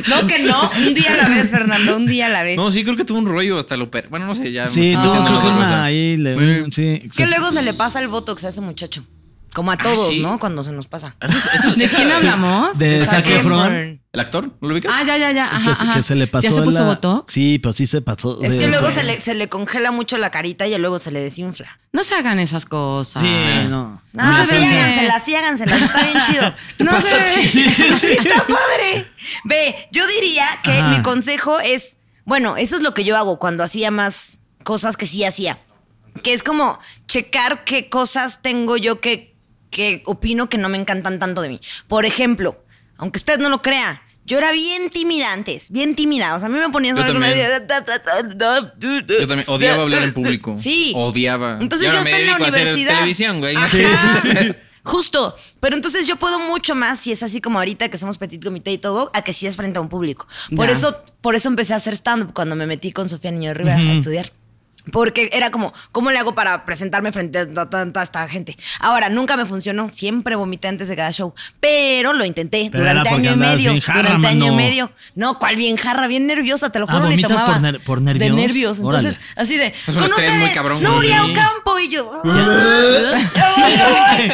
Speaker 4: No, que no. Un día a la vez, Fernando, un día a la vez.
Speaker 6: No, sí, creo que tuvo un rollo hasta lo per... Bueno, no sé, ya.
Speaker 3: sí,
Speaker 6: me-
Speaker 3: tú creo
Speaker 6: no,
Speaker 3: que
Speaker 6: no, no, o
Speaker 3: una
Speaker 6: sea,
Speaker 3: ahí. le-
Speaker 6: muy-
Speaker 3: sí, Ah,
Speaker 4: Es que
Speaker 3: se-
Speaker 4: luego se le pasa el botox a ese muchacho. Como a todos,
Speaker 6: sí.
Speaker 4: ¿no? Cuando se nos pasa.
Speaker 5: ¿De quién hablamos?
Speaker 3: De Zac Efron.
Speaker 4: Efron.
Speaker 6: ¿El actor? ¿No lo ubicas?
Speaker 5: Ah, ya, ya, ya.
Speaker 3: que,
Speaker 5: Ajá,
Speaker 3: se- que
Speaker 5: ajá.
Speaker 3: se le pasó.
Speaker 5: ¿Ya se puso
Speaker 3: la-
Speaker 5: botox?
Speaker 3: Sí, pero sí se pasó.
Speaker 4: Es que
Speaker 3: de-
Speaker 4: luego
Speaker 3: de-
Speaker 4: se le, se le congela mucho la carita y luego se le desinfla.
Speaker 5: No se hagan esas cosas.
Speaker 6: Ah,
Speaker 3: Sí, no.
Speaker 4: No,
Speaker 5: No
Speaker 4: sí,
Speaker 5: se ve.
Speaker 4: háganselas, sí, háganselas, está bien chido.
Speaker 5: No
Speaker 4: No
Speaker 5: pasa a ti?
Speaker 4: sé. Sí, está padre. Ve, yo diría que
Speaker 3: Ajá.
Speaker 4: mi consejo es, bueno, eso es lo que yo hago cuando hacía más cosas que sí hacía, que es como checar qué cosas tengo yo que, que opino que no me encantan tanto de mí. Por ejemplo, aunque usted no lo crea, yo era bien tímida antes, bien tímida. O sea, a mí me ponían
Speaker 6: Yo
Speaker 4: alguna
Speaker 6: también. Yo también odiaba hablar en público.
Speaker 4: Sí.
Speaker 6: Odiaba.
Speaker 4: Entonces
Speaker 6: Y ahora
Speaker 4: yo
Speaker 6: me
Speaker 4: estoy en la
Speaker 6: dedico a hacer
Speaker 4: universidad.
Speaker 6: televisión, güey.
Speaker 4: Ajá.
Speaker 6: Sí, sí, sí.
Speaker 4: Justo, pero entonces yo puedo mucho más si es así como ahorita que somos petit comité y todo, a que si es frente a un público. Por
Speaker 5: Ya.
Speaker 4: eso, por eso empecé a hacer stand up cuando me metí con Sofía Niño de Rivera a estudiar. Porque era como, ¿cómo le hago para presentarme frente a ta- tanta esta gente? Ahora, nunca me funcionó. Siempre vomité antes de cada show. Pero lo intenté
Speaker 3: Pero era
Speaker 4: durante
Speaker 3: porque
Speaker 4: año y
Speaker 3: andabas
Speaker 4: medio.
Speaker 3: bien jarra,
Speaker 4: durante año y
Speaker 3: mano.
Speaker 4: medio. No, cuál bien jarra, bien nerviosa, te lo
Speaker 3: Ah,
Speaker 4: juro. ni
Speaker 3: ¿vomitas
Speaker 4: tomaba.
Speaker 3: por ner- por
Speaker 4: De
Speaker 3: nervios?
Speaker 4: nervios. Entonces,
Speaker 3: Órale.
Speaker 4: así de.
Speaker 6: un
Speaker 4: con
Speaker 6: estrés muy
Speaker 4: ustedes,
Speaker 6: cabrón,
Speaker 4: Nuria
Speaker 6: sí.
Speaker 4: Ocampo. Y yo. "Ya voy, ya voy,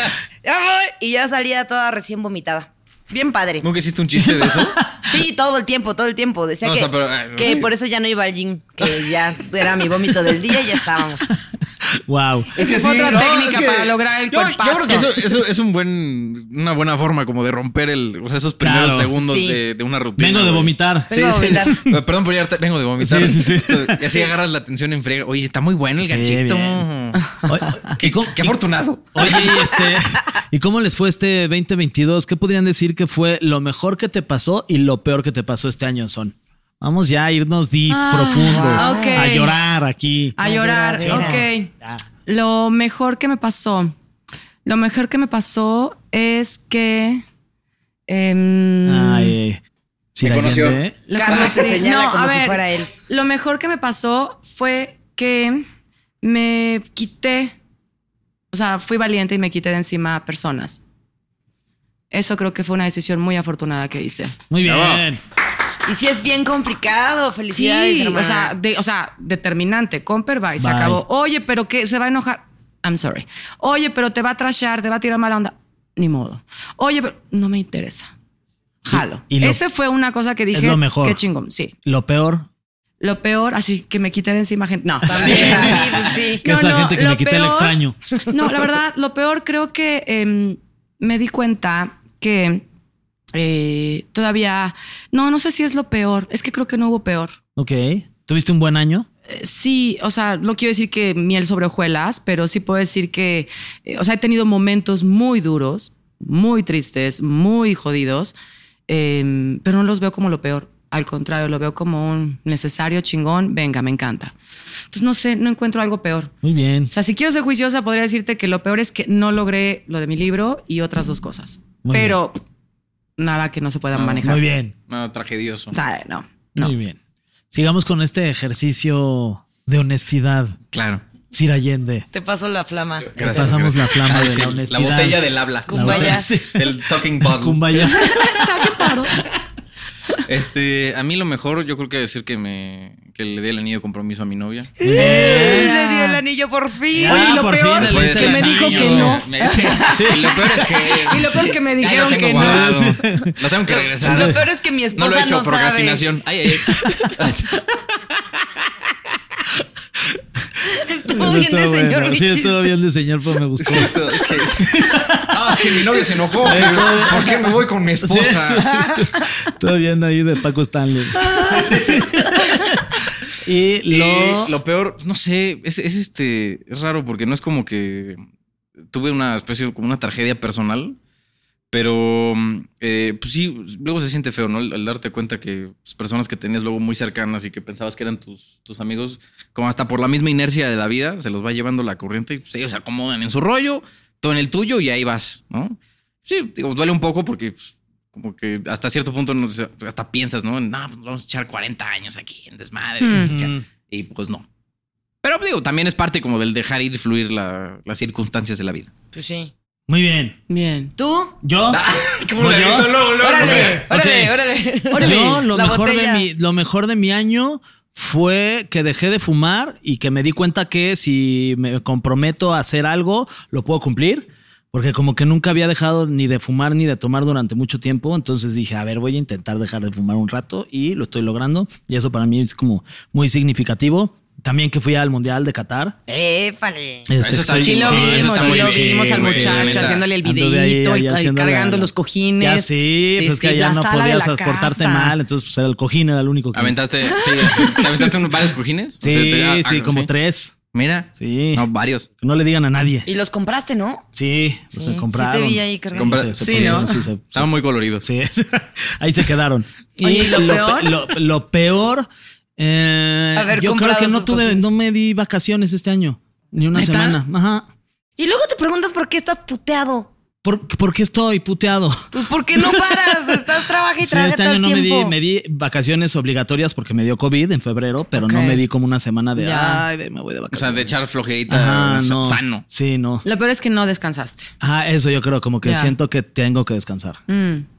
Speaker 4: ya voy". Y ya salía toda recién vomitada. Bien padre.
Speaker 6: ¿Nunca hiciste un chiste de eso?
Speaker 4: Sí, todo el tiempo, todo el tiempo. Decía
Speaker 6: No, o
Speaker 4: que,
Speaker 6: sea, pero, eh,
Speaker 4: que
Speaker 6: sí.
Speaker 4: por eso ya no iba al gym, que ya era mi vómito del día y ya estábamos.
Speaker 3: Wow.
Speaker 6: Es que
Speaker 5: Esa fue
Speaker 6: sí,
Speaker 5: otra
Speaker 6: no,
Speaker 5: técnica
Speaker 6: es que
Speaker 5: para lograr el
Speaker 6: yo,
Speaker 5: cuerpazo.
Speaker 6: Yo creo que eso, eso es un buen, una buena forma como de romper el, o sea, esos primeros
Speaker 3: Claro.
Speaker 6: segundos
Speaker 4: Sí.
Speaker 6: de, de una rutina.
Speaker 3: Vengo de
Speaker 6: güey.
Speaker 3: vomitar.
Speaker 4: Vengo de vomitar.
Speaker 6: Perdón por llegar, ta- vengo de vomitar.
Speaker 3: Sí, sí, sí.
Speaker 6: Y así agarras la atención en friega. Oye, está muy bueno el
Speaker 3: Sí,
Speaker 6: ganchito.
Speaker 3: bien.
Speaker 6: Qué, qué afortunado.
Speaker 3: Oye, y este, ¿y cómo les fue este 2022? ¿Qué podrían decir que fue lo mejor que te pasó y lo peor que te pasó este año, Son? Vamos ya a irnos deep, profundos,
Speaker 5: wow. Ok.
Speaker 3: a llorar aquí.
Speaker 5: A llorar, ok. Lo mejor que me pasó. Lo mejor que me pasó es que. em,
Speaker 3: Ay, sí,
Speaker 2: Me
Speaker 3: la
Speaker 2: conoció.
Speaker 3: gente, ¿eh?
Speaker 5: lo-
Speaker 4: Carlos se
Speaker 5: sí,
Speaker 4: señala
Speaker 5: no,
Speaker 4: como
Speaker 5: a
Speaker 4: si
Speaker 5: ver,
Speaker 4: fuera él.
Speaker 5: Lo mejor que me pasó fue que me quité. O sea, fui valiente y me quité de encima a personas. Eso creo que fue una decisión muy afortunada que hice.
Speaker 3: Muy bien.
Speaker 6: Bravo.
Speaker 4: Y si es bien complicado,
Speaker 5: Sí,
Speaker 4: felicidades, hermana.
Speaker 5: o sea, de- o sea, determinante, Comper va y se
Speaker 3: Bye.
Speaker 5: acabó. Oye, pero que se va a enojar. I'm sorry. Oye, pero te va a trashear, te va a tirar mala onda. Ni modo. Oye, pero no me interesa. Jalo.
Speaker 3: Y- y lo-
Speaker 5: Ese fue una cosa que dije.
Speaker 3: lo mejor.
Speaker 5: Qué chingón. Sí.
Speaker 3: Lo peor,
Speaker 5: Lo peor, así que me quité de encima gente. No, también.
Speaker 4: sí, pues sí.
Speaker 3: que esa gente que
Speaker 5: lo
Speaker 3: me quité el
Speaker 5: peor-
Speaker 3: extraño.
Speaker 5: No, la verdad, lo peor creo que em, me di cuenta que eh, todavía. No, no sé si es lo peor. Es que creo que no hubo peor.
Speaker 3: Ok. ¿Tuviste un buen año?
Speaker 5: Sí, o sea, no quiero decir que miel sobre hojuelas, pero sí puedo decir que, eh, o sea, he tenido momentos muy duros, muy tristes, muy jodidos, em, pero no los veo como lo peor. Al contrario, lo veo como un necesario chingón. Venga, me encanta. Entonces, no sé, no encuentro algo peor.
Speaker 3: Muy bien.
Speaker 5: O sea, si quiero ser juiciosa, podría decirte que lo peor es que no logré lo de mi libro y otras dos cosas.
Speaker 3: Muy
Speaker 5: pero nada que no se
Speaker 6: Ah,
Speaker 5: pueda manejar.
Speaker 3: Muy bien.
Speaker 6: No, tragedioso.
Speaker 5: O sea, no, no.
Speaker 3: Muy bien. Sigamos con este ejercicio de honestidad,
Speaker 6: Claro.
Speaker 3: Sir Allende.
Speaker 4: Te paso la flama.
Speaker 6: Gracias,
Speaker 3: pasamos
Speaker 6: gracias.
Speaker 3: la flama
Speaker 6: Ay,
Speaker 3: de
Speaker 6: sí,
Speaker 3: la honestidad.
Speaker 6: La botella del habla.
Speaker 4: Kumbaya.
Speaker 3: botella, sí.
Speaker 6: El talking bottle.
Speaker 3: Kumbaya.
Speaker 6: Este, a mí lo mejor, yo creo que decir que me que le dé el anillo de compromiso a mi novia.
Speaker 4: Le dio el anillo por fin.
Speaker 3: Ah,
Speaker 5: y lo
Speaker 3: por fin,
Speaker 5: peor
Speaker 6: Después
Speaker 3: este
Speaker 6: de
Speaker 5: que me
Speaker 6: tres
Speaker 5: dijo
Speaker 6: años,
Speaker 5: que no.
Speaker 6: me- Y lo peor es que.
Speaker 5: Y lo peor que me
Speaker 6: Ay, lo
Speaker 5: dijeron
Speaker 6: tengo
Speaker 5: que no.
Speaker 6: guardado. Lo tengo que regresar.
Speaker 4: Lo peor es que mi esposa
Speaker 6: No lo he hecho,
Speaker 4: sabe.
Speaker 6: procrastinación. Ay, ay, ay.
Speaker 4: Estuvo bien de
Speaker 3: Estuvo bueno.
Speaker 4: señor
Speaker 3: Sí,
Speaker 4: Michis.
Speaker 3: estuvo bien de señor, pero me gustó.
Speaker 6: Esto, es que- Ah, es que mi novia se enojó. ¿Por qué me voy con mi
Speaker 3: Sí, sí,
Speaker 6: esposa?
Speaker 3: sí, estuvo- estuvo bien ahí de Paco Stanley. Y lo...
Speaker 6: Y lo peor, no sé, es, es este, es raro porque no es como que tuve una especie como una tragedia personal, pero eh, pues sí, luego se siente feo, ¿no? Al, al darte cuenta que pues, personas que tenías luego muy cercanas y que pensabas que eran tus, tus amigos, como hasta por la misma inercia de la vida, se los va llevando la corriente y pues, ellos se acomodan en su rollo, tú en el tuyo y ahí vas, ¿no? Sí, digo, duele un poco porque pues, como que hasta cierto punto no sé, hasta piensas, ¿no? En, "No, pues, vamos a echar 40 años aquí en desmadre.
Speaker 3: Mm,
Speaker 6: Ya. Y pues no. Pero digo, también es parte como del dejar ir fluir la- las circunstancias de la vida.
Speaker 4: Pues sí.
Speaker 3: Muy bien.
Speaker 5: Bien.
Speaker 4: ¿Tú?
Speaker 3: ¿Yo?
Speaker 6: Ah, ¿Cómo
Speaker 3: le grito
Speaker 4: Órale, órale,
Speaker 3: Ok.
Speaker 4: órale.
Speaker 3: Yo lo
Speaker 4: La
Speaker 3: mejor, de
Speaker 4: botella.
Speaker 3: mi, lo mejor de mi año fue que dejé de fumar y que me di cuenta que si me comprometo a hacer algo, lo puedo cumplir. Porque como que nunca había dejado ni de fumar ni de tomar durante mucho tiempo, entonces dije, a ver, voy a intentar dejar de fumar un rato y lo estoy logrando. Y eso para mí es como muy significativo. También que fui al Mundial de Qatar.
Speaker 4: Épale.
Speaker 3: Este,
Speaker 6: Eso está
Speaker 3: soy-
Speaker 6: Sí,
Speaker 5: Sí,
Speaker 6: no,
Speaker 5: lo
Speaker 6: eso
Speaker 5: vimos,
Speaker 6: está
Speaker 5: sí
Speaker 6: muy
Speaker 5: lo
Speaker 6: bien,
Speaker 5: vimos al
Speaker 6: güey, la
Speaker 5: muchacho
Speaker 6: neta.
Speaker 5: haciéndole el
Speaker 3: Ando de ahí,
Speaker 5: videíto y-
Speaker 3: ahí
Speaker 5: y
Speaker 3: haciendo
Speaker 5: cargando
Speaker 3: la-
Speaker 5: los cojines.
Speaker 3: Ya sí, pues que
Speaker 5: sí,
Speaker 3: allá
Speaker 5: la
Speaker 3: no
Speaker 5: sala de
Speaker 3: podías
Speaker 5: la
Speaker 3: portarte
Speaker 5: casa.
Speaker 3: mal, entonces pues, era el cojín era el único que...
Speaker 6: ¿Aventaste, sí, ¿te aventaste unos, varios cojines? O
Speaker 3: Sí,
Speaker 6: sea, te- ah,
Speaker 3: sí,
Speaker 6: ah,
Speaker 3: como tres.
Speaker 6: Mira.
Speaker 3: Sí.
Speaker 6: No, varios.
Speaker 3: Que no le digan a nadie.
Speaker 4: Y los compraste, ¿no?
Speaker 3: Sí, pues se compraron.
Speaker 4: sí te vi ahí cargando.
Speaker 6: Compra-
Speaker 3: Sí, se
Speaker 6: Sí,
Speaker 3: pusieron,
Speaker 6: ¿no?
Speaker 3: sí, se-
Speaker 6: Estaban muy coloridos.
Speaker 3: sí. ahí se quedaron.
Speaker 4: Oye, ¿y lo
Speaker 3: pe-
Speaker 4: peor?
Speaker 3: Lo, lo peor, eh,
Speaker 4: Haber
Speaker 3: yo creo
Speaker 4: comprado
Speaker 3: que no
Speaker 4: esos
Speaker 3: tuve,
Speaker 4: cojines.
Speaker 3: no me di vacaciones este año. Ni una semana. Ajá.
Speaker 4: Y luego te preguntas por qué estás puteado.
Speaker 3: ¿Por, por qué estoy puteado?
Speaker 4: Pues porque no paras, estás trabajando y
Speaker 3: Sí, este
Speaker 4: trabajando todo
Speaker 3: año
Speaker 4: el
Speaker 3: no me di,
Speaker 4: tiempo.
Speaker 3: me di vacaciones obligatorias porque me dio COVID en febrero, pero no
Speaker 4: Ok.
Speaker 3: me di como una semana de,
Speaker 4: Ya.
Speaker 3: ay, de- me voy de
Speaker 6: O
Speaker 3: vacaciones.
Speaker 6: sea, de echar flojerita
Speaker 3: Ajá,
Speaker 6: Ah, sa-
Speaker 3: no.
Speaker 6: sano.
Speaker 3: Sí, no.
Speaker 5: Lo peor es que no descansaste.
Speaker 3: Ah, eso yo creo, como que
Speaker 5: Ya.
Speaker 3: siento que tengo que descansar,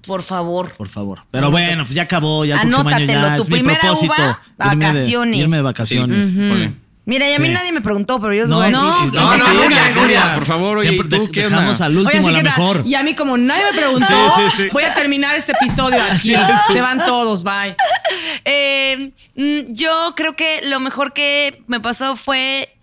Speaker 4: Por favor.
Speaker 3: por favor. Pero bueno, pues ya acabó, ya el próximo año
Speaker 4: Anótatelo,
Speaker 3: ya
Speaker 4: tu
Speaker 3: es mi
Speaker 4: primera
Speaker 3: propósito.
Speaker 4: uva,
Speaker 3: irme de-
Speaker 4: vacaciones.
Speaker 3: irme de vacaciones.
Speaker 6: Ponle.
Speaker 4: Mira, y a mí nadie me preguntó, pero yo les
Speaker 3: No,
Speaker 4: voy a decir.
Speaker 3: no,
Speaker 5: No,
Speaker 6: No,
Speaker 5: Sí,
Speaker 6: no,
Speaker 5: sí,
Speaker 6: Nuria,
Speaker 5: sí, sí.
Speaker 6: Nuria, por favor, oye, ¿y
Speaker 3: Siempre
Speaker 6: tú
Speaker 3: de-
Speaker 6: qué
Speaker 3: dejamos
Speaker 6: onda?
Speaker 3: al
Speaker 5: Oye,
Speaker 3: último
Speaker 5: así
Speaker 3: la
Speaker 5: que tal,
Speaker 3: mejor.
Speaker 5: Y a mí, como nadie me preguntó, voy a terminar este episodio aquí. Se van todos, bye.
Speaker 4: Eh, mm, yo creo que lo mejor que me pasó fue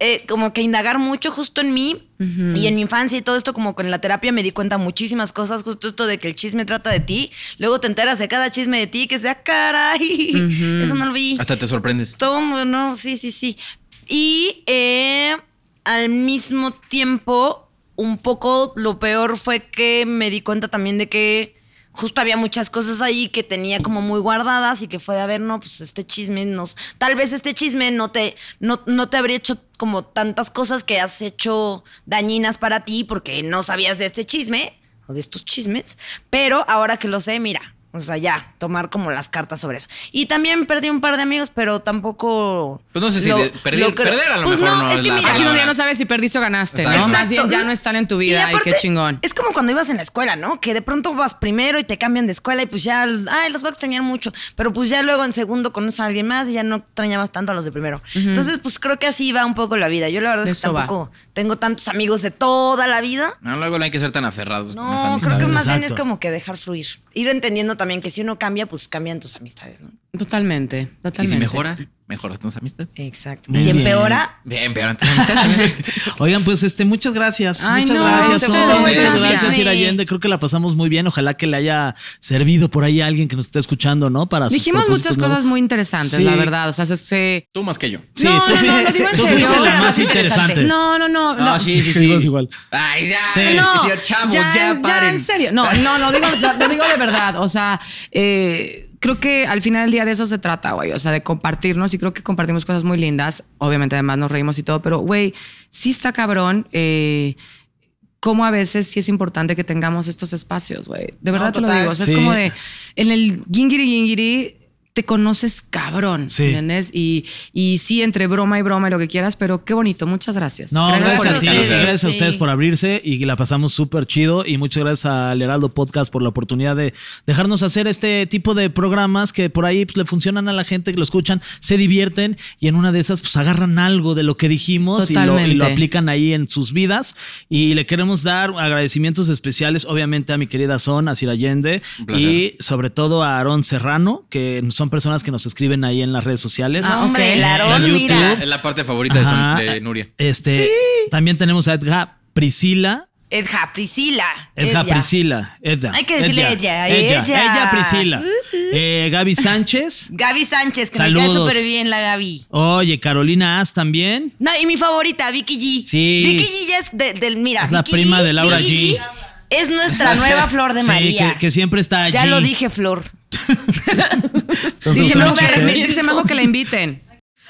Speaker 4: eh, como que indagar mucho justo en mí y en mi infancia y todo esto, como con la terapia me di cuenta muchísimas cosas, justo esto de que el chisme trata de ti, luego te enteras de cada chisme de ti, que sea caray, eso no lo vi.
Speaker 6: Hasta te sorprendes.
Speaker 4: Todo, no, sí, sí, sí. Y eh, al mismo tiempo, un poco lo peor fue que me di cuenta también de que justo había muchas cosas ahí que tenía como muy guardadas y que fue de, a ver, no, pues este chisme nos... Tal vez este chisme no te, no, no te habría hecho como tantas cosas que has hecho dañinas para ti porque no sabías de este chisme o de estos chismes, pero ahora que lo sé, mira, o sea, ya, tomar como las cartas sobre eso. Y también perdí un par de amigos, pero tampoco...
Speaker 6: Pues no sé si de-
Speaker 4: creo-
Speaker 6: perder- perder a lo
Speaker 4: Pues
Speaker 6: mejor
Speaker 4: no,
Speaker 6: no
Speaker 4: es
Speaker 6: es
Speaker 4: que
Speaker 6: la
Speaker 4: mira...
Speaker 3: Ah,
Speaker 5: Aquí
Speaker 6: palabra.
Speaker 5: donde ya no sabes si perdiste o ganaste, ¿no?
Speaker 6: Exacto.
Speaker 5: Más bien ya no están en tu vida y,
Speaker 4: aparte,
Speaker 5: qué chingón.
Speaker 4: Es como cuando ibas en la escuela, ¿no? Que de pronto vas primero y te cambian de escuela y pues ya, ay, los voy a extrañar mucho. Pero pues ya luego en segundo conoces a alguien más y ya no extrañabas tanto a los de primero. Entonces, pues creo que así va un poco la vida. Yo la verdad
Speaker 5: De
Speaker 4: es que
Speaker 5: eso va.
Speaker 4: tampoco tengo tantos amigos de toda la vida.
Speaker 6: No, luego no hay que ser tan aferrados. con las
Speaker 4: No, creo que
Speaker 6: amistades.
Speaker 4: más bien es
Speaker 3: Exacto.
Speaker 4: como que dejar fluir. Ir entendiendo también que si uno cambia, pues cambian tus amistades, ¿no?
Speaker 5: Totalmente, totalmente.
Speaker 6: Y si mejora, mejoras tus amistades.
Speaker 4: Exacto.
Speaker 3: Muy
Speaker 4: si
Speaker 3: bien.
Speaker 4: empeora,
Speaker 6: Bien, pero tus amistades.
Speaker 3: Oigan, pues este, muchas gracias.
Speaker 5: Ay,
Speaker 3: muchas
Speaker 5: no,
Speaker 3: gracias,
Speaker 5: este,
Speaker 3: Sol.
Speaker 5: muchas
Speaker 3: Muchas gracias,
Speaker 5: gracias.
Speaker 3: Ira Allende. Creo que la pasamos muy bien. Ojalá que le haya servido por ahí a alguien que nos esté escuchando, ¿no? Para sus
Speaker 5: Dijimos muchas
Speaker 3: propósitos, ¿no?
Speaker 5: cosas muy interesantes,
Speaker 3: Sí.
Speaker 5: la verdad. O sea, se- se...
Speaker 6: Tú más que yo.
Speaker 3: Sí,
Speaker 5: No,
Speaker 3: tú,
Speaker 5: no, no, lo digo en
Speaker 3: tú
Speaker 5: serio.
Speaker 3: fuiste la
Speaker 5: Era
Speaker 3: más
Speaker 5: más
Speaker 3: interesante.
Speaker 5: No, no, no.
Speaker 6: No,
Speaker 5: no.
Speaker 6: sí, sí,
Speaker 3: Sí,
Speaker 6: sí.
Speaker 3: es igual.
Speaker 6: Ay, ya.
Speaker 3: Sí.
Speaker 5: No,
Speaker 6: ya, chavos, ya, paren.
Speaker 5: en serio. No, no, no digo, no, no digo de verdad. O sea, eh, creo que al final del día de eso se trata, güey. O sea, de compartirnos y creo que compartimos cosas muy lindas. Obviamente, además nos reímos y todo, pero, güey, sí está cabrón. Eh, cómo a veces sí es importante que tengamos estos espacios, güey. De verdad te lo
Speaker 4: total.
Speaker 5: digo. O sea,
Speaker 3: Sí.
Speaker 5: es como de en el gingiri gingiri te conoces cabrón,
Speaker 3: Sí.
Speaker 5: ¿entiendes? Y, y sí, entre broma y broma y lo que quieras, pero qué bonito. Muchas gracias.
Speaker 3: No, gracias,
Speaker 5: por
Speaker 3: a ti,
Speaker 5: invitarnos.
Speaker 3: gracias, a
Speaker 4: Sí.
Speaker 3: ustedes por abrirse y la pasamos súper chido y muchas gracias al Heraldo Podcast por la oportunidad de dejarnos hacer este tipo de programas que por ahí pues, le funcionan a la gente que lo escuchan, se divierten y en una de esas pues agarran algo de lo que dijimos y lo, y lo
Speaker 5: Totalmente.
Speaker 3: aplican ahí en sus vidas y le queremos dar agradecimientos especiales obviamente a mi querida Son, a Sir Allende
Speaker 6: placer.
Speaker 3: y sobre todo a Aarón Serrano que son personas que nos escriben ahí en las redes sociales.
Speaker 4: Ah, hombre,
Speaker 3: En-
Speaker 4: el Aarón,
Speaker 3: en
Speaker 4: mira.
Speaker 3: YouTube.
Speaker 6: Es la parte favorita de, Son-
Speaker 3: Ajá.
Speaker 6: de Nuria.
Speaker 3: Este, También tenemos a Edga Priscila.
Speaker 4: Edja Priscila.
Speaker 3: Edga
Speaker 4: Edja.
Speaker 3: Priscila. Edda.
Speaker 4: Hay que decirle ella,
Speaker 3: Ella,
Speaker 4: ella. Uh-huh.
Speaker 3: Ella Priscila. Eh, Gaby Sánchez.
Speaker 4: Gaby Sánchez, que me cae
Speaker 3: Saludos.
Speaker 4: súper bien la Gaby.
Speaker 3: Oye, Carolina As también.
Speaker 4: No, y mi favorita, Vicky G.
Speaker 3: Sí.
Speaker 4: Vicky G ya es de- del, mira.
Speaker 3: Es la
Speaker 4: Vicky
Speaker 3: prima de Laura
Speaker 4: Vicky
Speaker 3: G.
Speaker 4: Es nuestra nueva Flor de
Speaker 3: Sí,
Speaker 4: María.
Speaker 3: Que, que siempre está allí.
Speaker 4: ya lo dije, Flor.
Speaker 3: Entonces,
Speaker 5: Dice,
Speaker 3: ¿no
Speaker 5: me
Speaker 3: chiste?
Speaker 5: dice mejor que la inviten.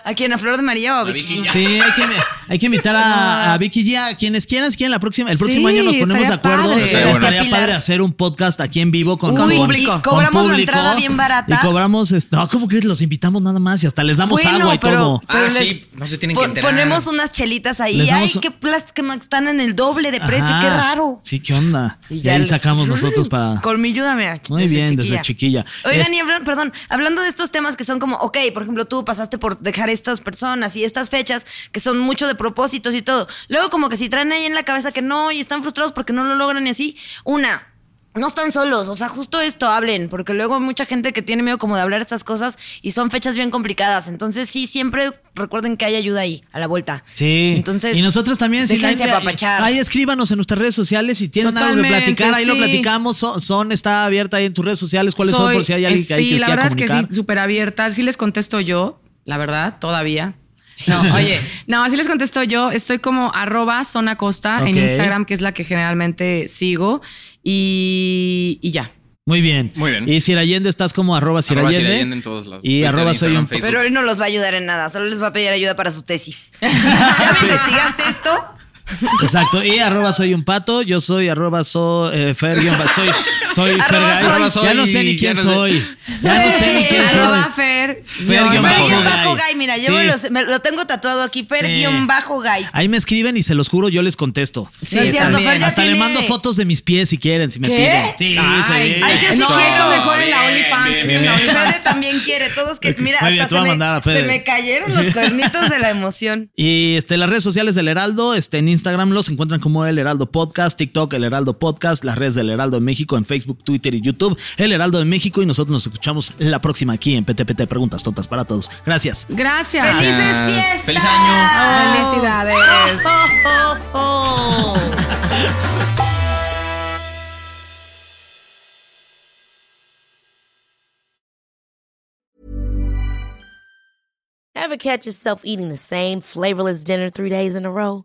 Speaker 4: ¿A quién? ¿A Flor de María o a Vicky? G?
Speaker 3: Sí, hay que, hay que invitar a, a Vicky G, a quienes quieran, si quieren, la próxima, el próximo
Speaker 5: Sí,
Speaker 3: año nos ponemos de
Speaker 5: estaría
Speaker 3: acuerdo.
Speaker 5: padre.
Speaker 3: Estaría,
Speaker 6: Estaría
Speaker 4: bueno.
Speaker 3: padre hacer un podcast aquí en vivo con,
Speaker 4: Uy,
Speaker 3: con-
Speaker 4: público.
Speaker 3: con
Speaker 4: Cobramos la
Speaker 3: público.
Speaker 4: entrada bien barata.
Speaker 3: Y cobramos, este, no, ¿cómo crees? Los invitamos nada más y hasta les damos agua y todo.
Speaker 6: Ah,
Speaker 4: pues les-
Speaker 6: sí, no se tienen que
Speaker 4: pon-
Speaker 6: enterar.
Speaker 4: Ponemos unas chelitas ahí.
Speaker 3: Les
Speaker 4: Ay,
Speaker 3: damos un-
Speaker 4: qué plástica, están en el doble de precio,
Speaker 3: Ajá.
Speaker 4: qué raro.
Speaker 3: Sí, qué onda. Y, ahí
Speaker 4: les-
Speaker 3: sacamos nosotros para.
Speaker 4: Colmillúdame aquí.
Speaker 3: Muy bien, desde chiquilla.
Speaker 4: Oigan,
Speaker 3: Es-
Speaker 4: y hablan- perdón, hablando de estos temas que son como, ok, por ejemplo, tú pasaste por dejar estas personas y estas fechas que son mucho de propósitos y todo. Luego, como que si traen ahí en la cabeza que no y están frustrados porque no lo logran y así, una. No están solos, o sea, justo esto hablen, porque luego hay mucha gente que tiene miedo como de hablar estas cosas y son fechas bien complicadas. Entonces, sí, siempre recuerden que hay ayuda ahí, a la vuelta.
Speaker 3: Sí.
Speaker 4: Entonces,
Speaker 3: y nosotros también. si
Speaker 4: déjense
Speaker 3: quieren,
Speaker 4: apapachar.
Speaker 3: Ahí escríbanos en nuestras redes sociales si tienen algo que
Speaker 5: Totalmente,
Speaker 3: platicar. Ahí lo
Speaker 5: sí.
Speaker 3: platicamos. Son, Son está abierta ahí en tus redes sociales. ¿Cuáles son?
Speaker 5: Soy-
Speaker 3: Por si hay alguien
Speaker 5: eh,
Speaker 3: que ahí
Speaker 5: Sí,
Speaker 3: que
Speaker 5: la
Speaker 3: quiera
Speaker 5: verdad es
Speaker 3: comunicar.
Speaker 5: que sí, súper abierta. Sí les contesto yo, la verdad, todavía. No, oye, no, así les contesto yo. Estoy como arroba zona costa
Speaker 3: Ok.
Speaker 5: en Instagram, que es la que generalmente sigo. Y, y ya.
Speaker 3: Muy bien.
Speaker 6: Muy bien.
Speaker 3: Y Sir Allende, estás como arroba Sir
Speaker 6: Arroba Sir
Speaker 3: Allende.
Speaker 6: Allende en todos lados.
Speaker 3: Y
Speaker 6: Twitter,
Speaker 3: arroba soy
Speaker 6: Instagram,
Speaker 3: un.
Speaker 6: Facebook.
Speaker 4: Pero él no los va a ayudar en nada, solo les va a pedir ayuda para su tesis. ¿Ya me investigaste esto?
Speaker 3: Exacto. Y arroba soy un pato. Yo soy arroba so, eh, Fer. guión ba- Soy, soy Fer
Speaker 4: Arroba
Speaker 3: Gay.
Speaker 6: soy.
Speaker 3: Ya no sé ni quién
Speaker 6: Ya no sé.
Speaker 3: soy. Ya no sé ni quién soy.
Speaker 5: Arroba Fer.
Speaker 3: Fer, guión
Speaker 4: Fer
Speaker 3: bajo
Speaker 4: guión
Speaker 3: Gay.
Speaker 4: bajo gay, mira, yo me
Speaker 3: Sí.
Speaker 4: lo, me lo tengo tatuado aquí, Fer
Speaker 3: Sí.
Speaker 4: guión bajo gay.
Speaker 3: Ahí me escriben y se los juro, yo les contesto.
Speaker 4: Sí, es cierto,
Speaker 3: también.
Speaker 4: Fer ya
Speaker 3: Hasta
Speaker 4: tiene-
Speaker 3: le mando fotos de mis pies si quieren, si me piden. Sí, sí.
Speaker 4: ay, yo sí
Speaker 5: no,
Speaker 4: quiero.
Speaker 5: eso mejor en la OnlyFans. eso en la
Speaker 4: Fede
Speaker 5: OnlyFans.
Speaker 4: también quiere, todos que, mira,
Speaker 3: Muy bien,
Speaker 4: hasta
Speaker 3: te voy a
Speaker 4: se,
Speaker 3: mandar a
Speaker 4: me,
Speaker 3: Fede.
Speaker 4: se me cayeron los cuernitos de la emoción.
Speaker 3: Y este, las redes sociales del Heraldo, este, en Instagram los encuentran como El Heraldo Podcast, TikTok, El Heraldo Podcast, las redes del Heraldo de México en Facebook, Twitter y YouTube, El Heraldo de México y nosotros nos escuchamos la próxima aquí en PTPT Preguntas Tontas para Todos. Gracias. Ah,
Speaker 5: Gracias.
Speaker 4: ¡Felices fiestas!
Speaker 6: Feliz año.
Speaker 5: Ah, Felicidades.
Speaker 4: Oh, oh, oh.
Speaker 7: Ever catch yourself eating the same flavorless dinner three days in a row?